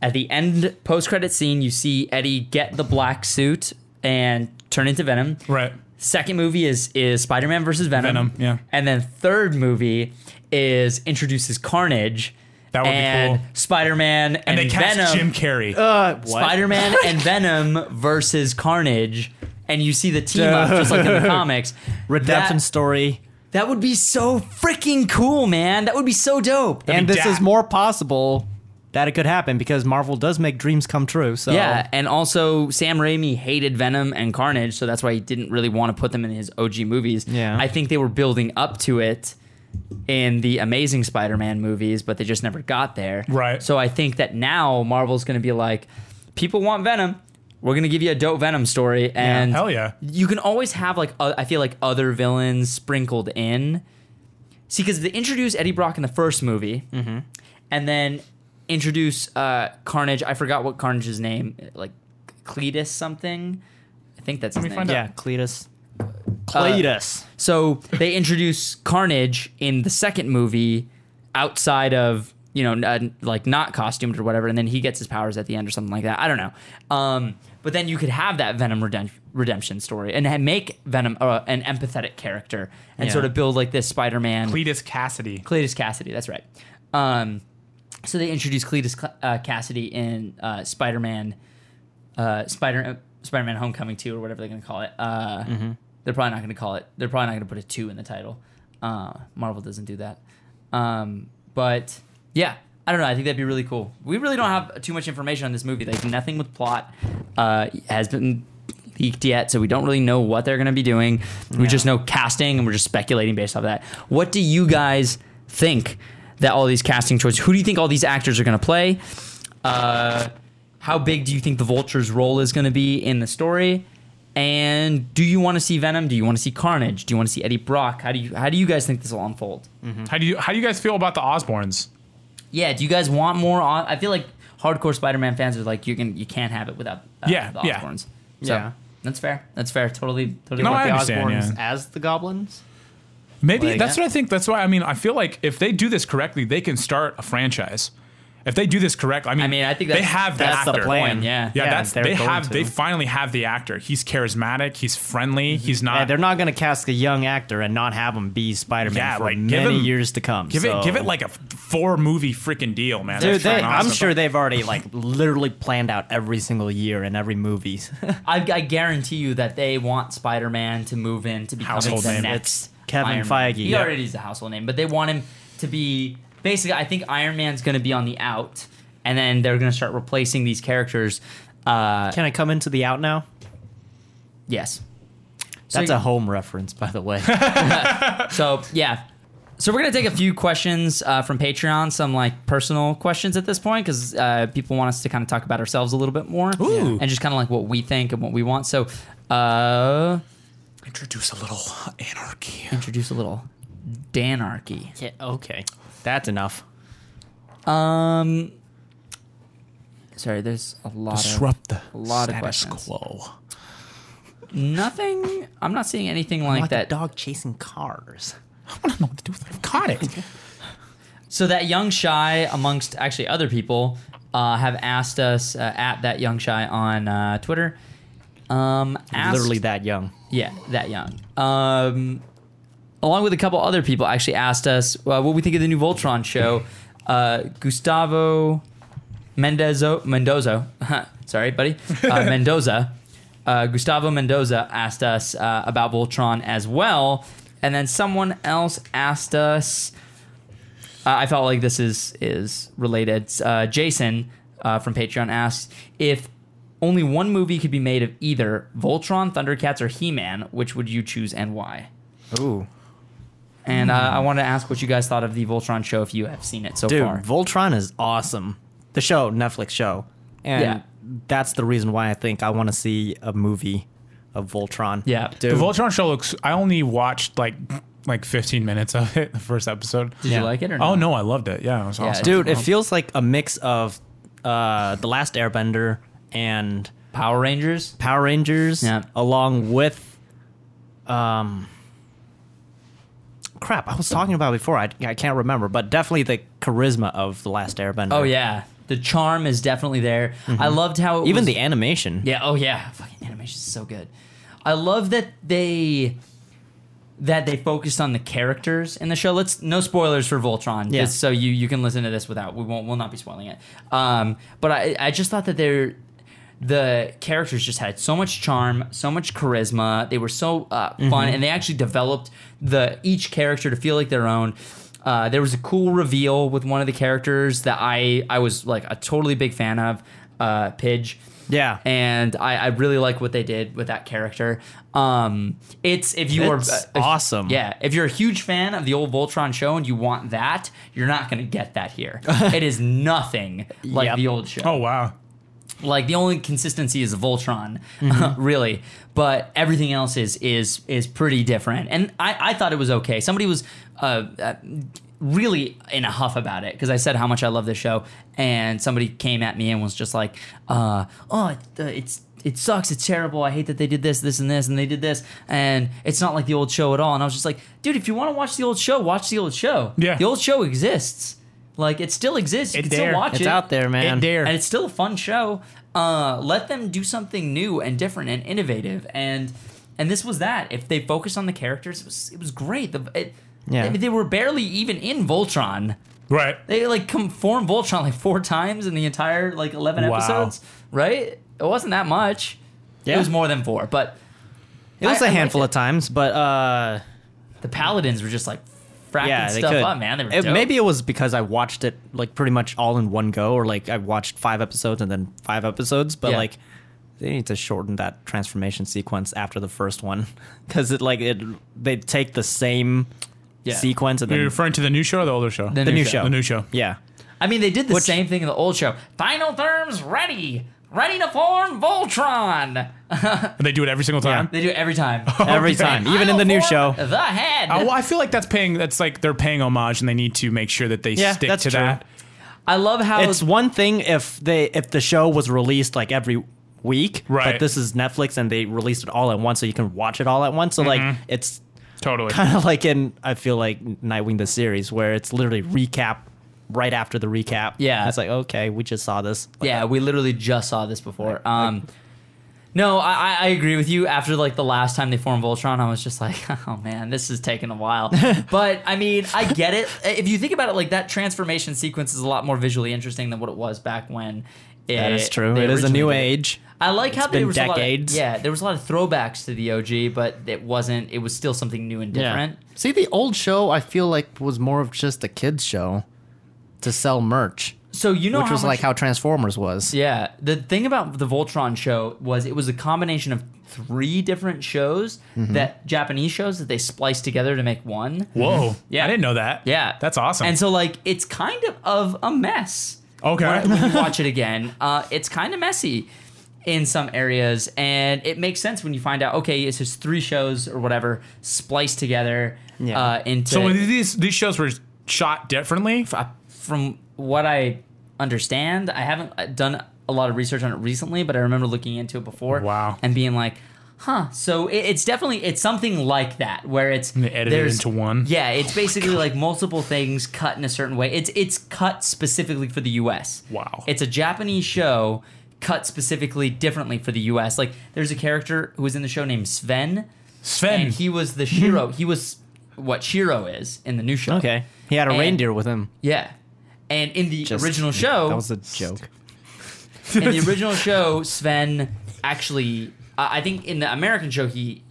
A: At the end post credit scene, you see Eddie get the black suit and turn into Venom.
C: Right.
A: Second movie is is Spider Man versus Venom.
C: Venom, yeah.
A: And then third movie is introduces Carnage.
C: That would be
A: and
C: cool.
A: Spider Man and,
C: And they cast
A: Venom.
C: Jim Carrey.
B: Uh,
A: Spider Man and Venom versus Carnage, and you see the team up just like in the comics.
B: Redemption
A: That-
B: story.
A: That would be so freaking cool, man. That would be so dope.
B: and
C: be
B: this
C: dap.
B: is more possible that it could happen because Marvel does make dreams come true. So
A: Yeah, and also Sam Raimi hated Venom and Carnage, so that's why he didn't really want to put them in his OG movies.
B: Yeah.
A: I think they were building up to it in the Amazing Spider-Man movies, but they just never got there.
C: Right.
A: So I think that now Marvel's going to be like, people want Venom. We're going to give you a dope Venom story, and
C: hell yeah.
A: you can always have like uh, I feel like other villains sprinkled in. See, because they introduce Eddie Brock in the first movie, and then introduce uh, Carnage. I forgot what Carnage's name, like Cletus something. I think that's his
C: me
A: name.
C: find out.
B: yeah, Cletus. Cletus.
A: So they introduce Carnage in the second movie, outside of you know n- uh, like not costumed or whatever, and then he gets his powers at the end or something like that. I don't know. Um, but then you could have that Venom redemp- redemption story and ha- make Venom uh, an empathetic character and
B: Yeah.
A: sort of build like this Spider-Man.
C: Cletus Cassidy.
A: Cletus Cassidy. That's right. Um, so they introduced Cletus Cl- uh, Cassidy in uh, Spider-Man, uh, Spider uh, Spider-Man Homecoming Two or whatever they're gonna call it. Uh, They're probably not gonna call it. They're probably not gonna put a two in the title. Uh, Marvel doesn't do that. Um, but yeah, I don't know. I think that'd be really cool. We really don't have too much information on this movie. Like nothing with plot uh, has been leaked yet, so we don't really know what they're going to be doing. We just know casting, and we're just speculating based off that. What do you guys think that all these casting choices? Who do you think all these actors are going to play? Uh, how big do you think the Vulture's role is going to be in the story? And do you want to see Venom? Do you want to see Carnage? Do you want to see Eddie Brock? How do you how do you guys think this will unfold?
C: How do you how do you guys feel about the Osborns?
A: Yeah, do you guys want more? On I feel like hardcore Spider-Man fans are like, you can you can't have it without uh,
C: Yeah,
A: the
C: yeah.
A: Osborns. So,
B: Yeah.
A: that's fair. That's fair. Totally, totally.
C: No,
A: with
C: I
A: the
B: the
C: understand,
B: Osborns
C: yeah.
B: as the goblins.
C: Maybe
B: Like-
C: that's what I think. That's why I mean I feel like if they do this correctly, they can start a franchise. If they do this correctly, I mean,
A: I mean, I think
C: they
A: that's-
C: have the
B: that's the
C: actor.
B: plan,
A: yeah.
C: yeah,
B: Yeah,
C: that's
B: they're
C: they
B: going
C: have.
B: to.
C: They finally have the actor. He's charismatic. He's friendly. He's not.
B: Yeah, Mm-hmm. they're not going to cast a young actor and not have him be Spider Man
C: Yeah,
B: for
C: like, give
B: many
C: him-
B: years to come.
C: give
B: so-
C: it give it like a four movie freaking deal, man.
B: Dude,
C: That's
B: they,
C: freaking
B: I'm
C: awesome.
B: sure they've already like literally planned out every single year in every movie.
A: I, I guarantee you that they want Spider-Man to move in to become
C: Household
A: the
C: name.
A: next
B: Kevin
A: Iron Man.
B: Feige.
A: He
B: Yeah.
A: already is a household name, but they want him to be basically. I think Iron Man's going to be on the out, and then they're going to start replacing these characters. Uh,
B: Can I come into the out now?
A: yes, So
B: That's
A: you-
B: a home reference, by the way.
A: So yeah. So we're gonna take a few questions uh, from Patreon, some like personal questions at this point, because uh, people want us to kind of talk about ourselves a little bit more,
C: Ooh.
A: and just kind of like what we think and what we want. So uh,
C: introduce a little anarchy.
A: introduce a little Danarchy.
B: Yeah, okay, that's enough.
A: Um, sorry, there's a lot
C: Disrupt the
A: A lot of
C: status
A: questions.
C: quo.
A: of nothing. I'm not seeing anything like,
B: Like
A: that.
B: that dog chasing cars.
C: I don't know what to do with it. I've Caught it.
A: So that young shy, amongst actually other people, uh, have asked us uh, at that young shy on uh, Twitter. Um, asked-
B: Literally that young.
A: yeah, that young. Um, along with a couple other people, actually asked us uh, what we think of the new Voltron show. Uh, Gustavo Mendezo, Mendozo, sorry, buddy, uh, Mendoza. Uh, Gustavo Mendoza asked us uh, about Voltron as well, and then someone else asked us. Uh, I felt like this is is related. Uh, Jason uh, from Patreon asks if only one movie could be made of either Voltron, Thundercats, or He Man. Which would you choose and why?
B: Ooh,
A: And uh, I want to ask what you guys thought of the Voltron show if you have seen it so
B: Hmm. dude,
A: far.
B: Voltron is awesome. The show, Netflix show. and
A: Yeah.
B: that's the reason why I think I want to see a movie of Voltron.
A: Yeah, dude.
C: The Voltron show looks. I only watched like like 15 minutes of it, the first episode.
A: Did
B: Yeah.
A: you like it or
C: Oh
A: not?
C: no, I loved it. Yeah, it was
A: Yeah,
C: awesome.
B: dude, it feels like a mix of uh, the Last Airbender and
A: Power Rangers.
B: Power Rangers,
A: Yeah.
B: along with, um, crap. I was talking about before. I, I can't remember, but definitely the charisma of the Last Airbender.
A: Oh yeah, the charm is definitely there. I loved how it
B: Mm-hmm. even
A: was-
B: the animation.
A: Yeah. Oh yeah. Fucking animation is so good. I love that they that they focused on the characters in the show. Let's no spoilers for Voltron.
B: Yeah.
A: Just so you you can listen to this without we won't we'll not be spoiling it. Um, but I I just thought that they're the characters just had so much charm, so much charisma. They were so uh, fun,
B: Mm-hmm.
A: and they actually developed the each character to feel like their own. Uh, there was a cool reveal with one of the characters that I I was like a totally big fan of, uh, Pidge
B: Yeah.
A: and I, I really like what they did with that character. Um, it's if you
B: It's
A: are uh, if-
B: awesome.
A: yeah. If you're a huge fan of the old Voltron show and you want that, you're not gonna get that here. it is nothing like
B: Yep.
A: the old show.
C: Oh wow.
A: Like the only consistency is Voltron,
C: Mm-hmm.
A: really. But everything else is is is pretty different. And I, I thought it was okay. Somebody was uh, uh, really in a huff about it because I said how much I love this show, and somebody came at me and was just like, uh, "Oh, it, uh, it's." It sucks. It's terrible. I hate that they did this, this, and this, and they did this, and it's not like the old show at all. And I was just like, dude, if you want to watch the old show, watch the old show.
C: Yeah.
A: the old show exists. Like it still exists. You
C: It
A: can
C: there.
A: still watch
B: It's
A: it
B: out there, man.
C: dare.
A: and it's still a fun show. Uh, let them do something new and different and innovative, and and this was that. If they focused on the characters, it was it was great. The it,
B: Yeah.
A: I mean, they were barely even in Voltron.
C: Right.
A: They like com- formed Voltron like four times in the entire like eleven
C: Wow.
A: episodes, right? It wasn't that much. It
B: Yeah.
A: was more than four, but
B: It was
A: I- I
B: a
A: liked
B: handful
A: it.
B: of times, but uh,
A: the Paladins were just like fracking
B: yeah, they
A: stuff
B: could.
A: up, man. They were
B: It-
A: dope.
B: maybe it was because I watched it like pretty much all in one go, or like I watched five episodes and then five episodes. But
A: Yeah.
B: like, they need to shorten that transformation sequence after the first one because it like it they take the same
A: Yeah.
B: sequence and
C: You're
B: then
C: referring to the new show or the older show?
A: The
B: the
A: new
B: new
A: show.
B: show.
C: The new show.
B: Yeah.
A: I mean, they did the
B: Which-
A: same thing in the old show. Final Therms ready, ready to form Voltron.
C: And they do it every single time.
A: They do it every time.
B: Every time, even in the new show.
A: The head.
C: Oh, well, I feel like that's paying. That's like they're paying homage, and they need to make sure that they
B: Yeah,
C: stick
B: that's
C: to
B: true.
C: that.
A: I love how
B: It's one thing if they if the show was released like every week,
C: Right.
B: But this is Netflix and they released it all at once, so you can watch it all at once. So like
A: Mm-hmm.
B: it's
C: Totally.
B: kind of like in I feel like Nightwing the series where it's literally recap right after the recap.
A: Yeah.
B: it's like okay, we just saw this. Like,
A: yeah, we literally just saw this before. Um, no, I, I- I agree with you. After like the last time they formed Voltron, I was just like, oh man, this is taking a while. but I mean, I get it. If you think about it, like that transformation sequence is a lot more visually interesting than what it was back when. It,
B: that is true.
A: they
B: It is a
A: originally
B: new
A: did it.
B: age.
A: I like how there
B: been
A: was
B: decades.
A: A lot of, yeah, there was a lot of throwbacks to the OG, but it wasn't. It was still something new and different.
E: See, the old show I feel like was more of just a kids show to sell merch,
A: So you know
E: which
A: how
E: was
A: much-
E: like how Transformers was.
A: Yeah, the thing about the Voltron show was it was a combination of three different shows
C: Mm-hmm.
A: that Japanese shows that they spliced together to make one.
C: Whoa.
A: Yeah.
C: I didn't know that.
A: Yeah,
C: That's awesome.
A: And so like it's kind of of a mess.
C: Okay.
A: When, when you watch it again, uh, it's kind of messy in some areas, and it makes sense when you find out. Okay, it's just three shows or whatever spliced together
B: Yeah.
A: uh, into.
C: So these these shows were shot differently.
A: I- from what I understand, I haven't uh, done a lot of research on it recently, but I remember looking into it before.
C: Wow.
A: And being like, huh. So it, it's definitely it's something like that where it's
C: they edited it
A: there's-
C: into one? Oh
A: Yeah, it's basically like multiple things cut in a certain way. It's it's cut specifically for the U.S.
C: Wow.
A: It's a Japanese show cut specifically differently for the U.S. Like there's a character who was in the show named Sven.
C: Sven. Mm-hmm.
A: And he was the Shiro. he was what Shiro is in the new show.
B: Okay, he had a
A: And-
B: reindeer with him.
A: Yeah. And in the
B: Just-
A: original show,
B: That was a joke.
A: in the original show, Sven actually, I I think in the American show, he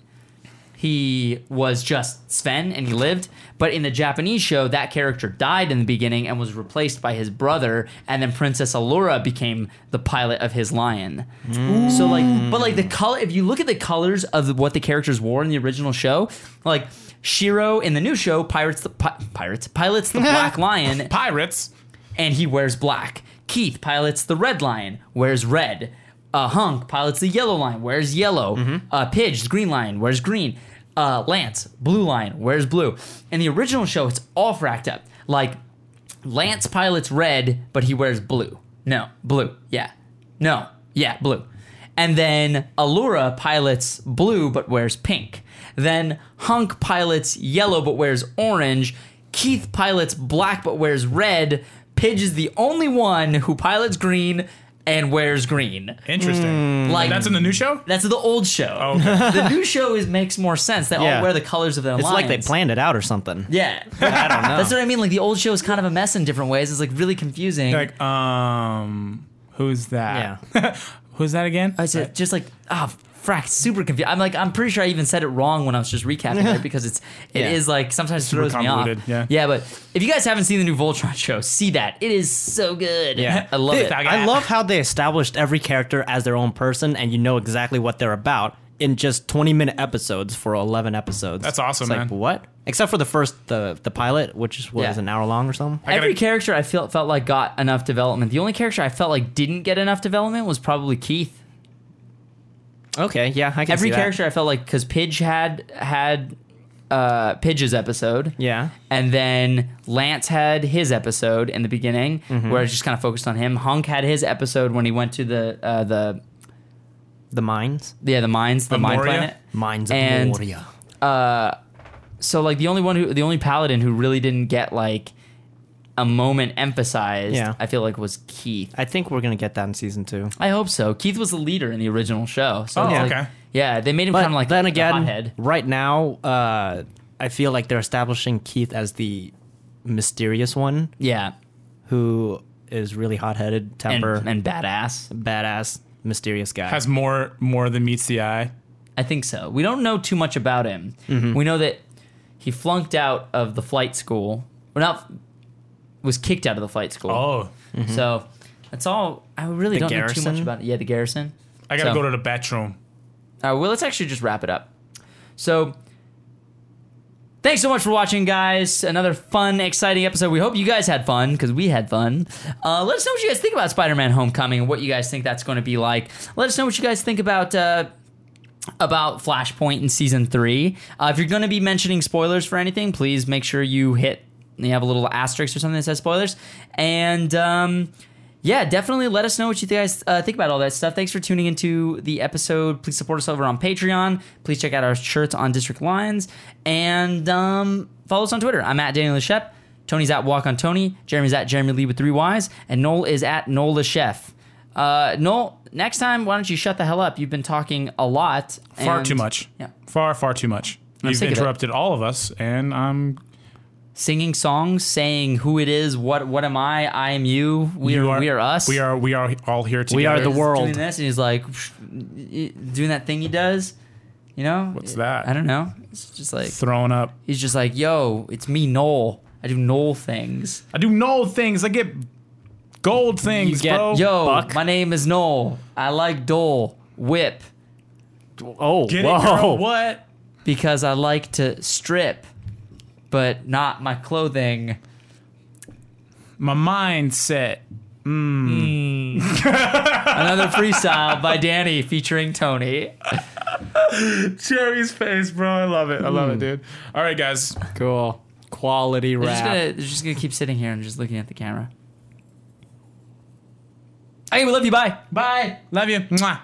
A: he was just Sven and he lived. But in the Japanese show, that character died in the beginning and was replaced by his brother, and then Princess Allura became the pilot of his lion.
B: Mm.
A: So like, but like the color, if you look at the colors of the- what the characters wore in the original show, like. Shiro in the new show pirates the pi- pirates pilots the black lion
C: Pirates.
A: and he wears black. Keith pilots the red lion, wears red. Uh, Hunk pilots the yellow lion, wears yellow. Uh, Pidge, the green lion, wears green. Uh, Lance, blue lion, wears blue. In the original show, it's all fracked up. Like, Lance pilots red, but he wears blue. No, blue. Yeah. No, yeah, blue. And then Allura pilots blue, but wears pink. Then Hunk pilots yellow, but wears orange. Keith pilots black, but wears red. Pidge is the only one who pilots green and wears green.
C: Interesting.
A: Like
C: Mm, That's in the new show.
A: that's the old show.
C: Oh, okay.
A: The new show is makes more sense. They
B: Yeah.
A: all wear the colors of their
B: It's like they
A: alliance.
B: planned it out or something.
A: Yeah,
B: I don't know.
A: that's what I mean. Like the old show is kind of a mess in different ways. It's like really confusing.
C: like, um, who's that? who's that again?
A: I said just like ah frack, super confused. I'm like I'm pretty sure I even said it wrong when I was just recapping it because it's it is
B: Yeah.
A: like sometimes it throws
C: convoluted,
A: me
C: yeah.
A: off. Yeah, but if you guys haven't seen the new Voltron show, see that it is so good.
B: Yeah.
A: I love
B: They-
A: it.
B: I love how they established every character as their own person and you know exactly what they're about in just 20 minute episodes for 11 episodes.
C: That's awesome,
B: It's
C: man.
B: Like, what? Except for the first, the, the pilot, which was
A: Yeah.
B: an hour long or something.
C: gotta-
A: Every character I felt felt like got enough development. The only character I felt like didn't get enough development was probably Keith.
B: Okay, yeah, I can
A: Every
B: see that.
A: character I felt like because Pidge had had uh Pidge's episode.
B: Yeah.
A: And then Lance had his episode in the beginning,
B: Mm-hmm.
A: where it just kind of focused on him. Hunk had his episode when he went to the uh, the
B: The mines.
A: yeah the mines, the mine
C: Moria?
A: planet.
B: Mines
A: of And-
B: Moria.
A: So like the only one who the only paladin who really didn't get like a moment emphasized,
B: Yeah.
A: I feel like was Keith.
B: I think we're going to get that in season two.
A: I hope so. Keith was the leader in the original show. So
C: Oh,
A: it's like-
C: okay.
A: yeah, they made him
B: But
A: kind of like
B: then
A: the
B: again,
A: hothead.
B: right now, uh, I feel like they're establishing Keith as the mysterious one
A: Yeah,
B: who is really hot headed,
A: and,
B: temper,
A: and badass.
B: badass, mysterious guy.
C: Has more more than meets the eye.
A: I think so. We don't know too much about him.
B: Mm-hmm.
A: We know that he flunked out of the flight school. Well, not was kicked out of the flight school.
C: Oh,
A: So that's all. I really
B: The
A: don't know too much
B: garrison?
A: about it. Yeah, the garrison.
C: I gotta
A: So-
C: go to the bathroom.
A: Uh, well, let's actually just wrap it up. So, thanks so much for watching, guys. Another fun, exciting episode. We hope you guys had fun because we had fun. Uh, let us know what you guys think about Spider Man Homecoming and what you guys think that's going to be like. Let us know what you guys think about. Uh, about Flashpoint in season three. Uh, if you're going to be mentioning spoilers for anything, please make sure you hit, you have a little asterisk or something that says spoilers. And um, yeah, definitely let us know what you guys uh, think about all that stuff. Thanks for tuning into the episode. Please support us over on Patreon. Please check out our shirts on District Lines and um, follow us on Twitter. I'm at Daniel Shep. Tony's at Walk on Tony. Jeremy's at Jeremy Lee with three Y's. And Noel is at Noel the Chef. Uh, Noel, next time, why don't you shut the hell up? You've been talking a lot.
C: Far
A: and-
C: too much.
A: Yeah.
C: Far far too much. You've
A: sick of it.
C: interrupted all of us, and um, I'm
A: Singing songs, saying who it is, what what am I, I am you, we
C: you
A: are, we are us.
C: We are we are all here together.
B: We are the
A: He's
B: world.
A: Doing this, and he's like doing that thing he does. You know
C: What's that?
A: I don't know. It's just like
C: throwing up.
A: he's just like, yo, it's me, Noel. I do Noel things.
C: I do know things. I get gold things,
B: get-
C: bro.
A: Yo,
B: Buck.
A: my name is Noel. I like Dole whip
B: oh,
C: Get it,
B: whoa.
C: girl? What?
A: because I like to strip, but not my clothing.
C: My mindset.
A: Another freestyle by Danny featuring Tony.
C: Cherry's face, bro. I love it. I love it, dude. All right, guys.
B: Cool. Quality
A: They're just
B: rap.
A: gonna, they're just gonna keep sitting here and just looking at the camera. Hey, we love you. Bye.
C: Bye. Love you. Mwah.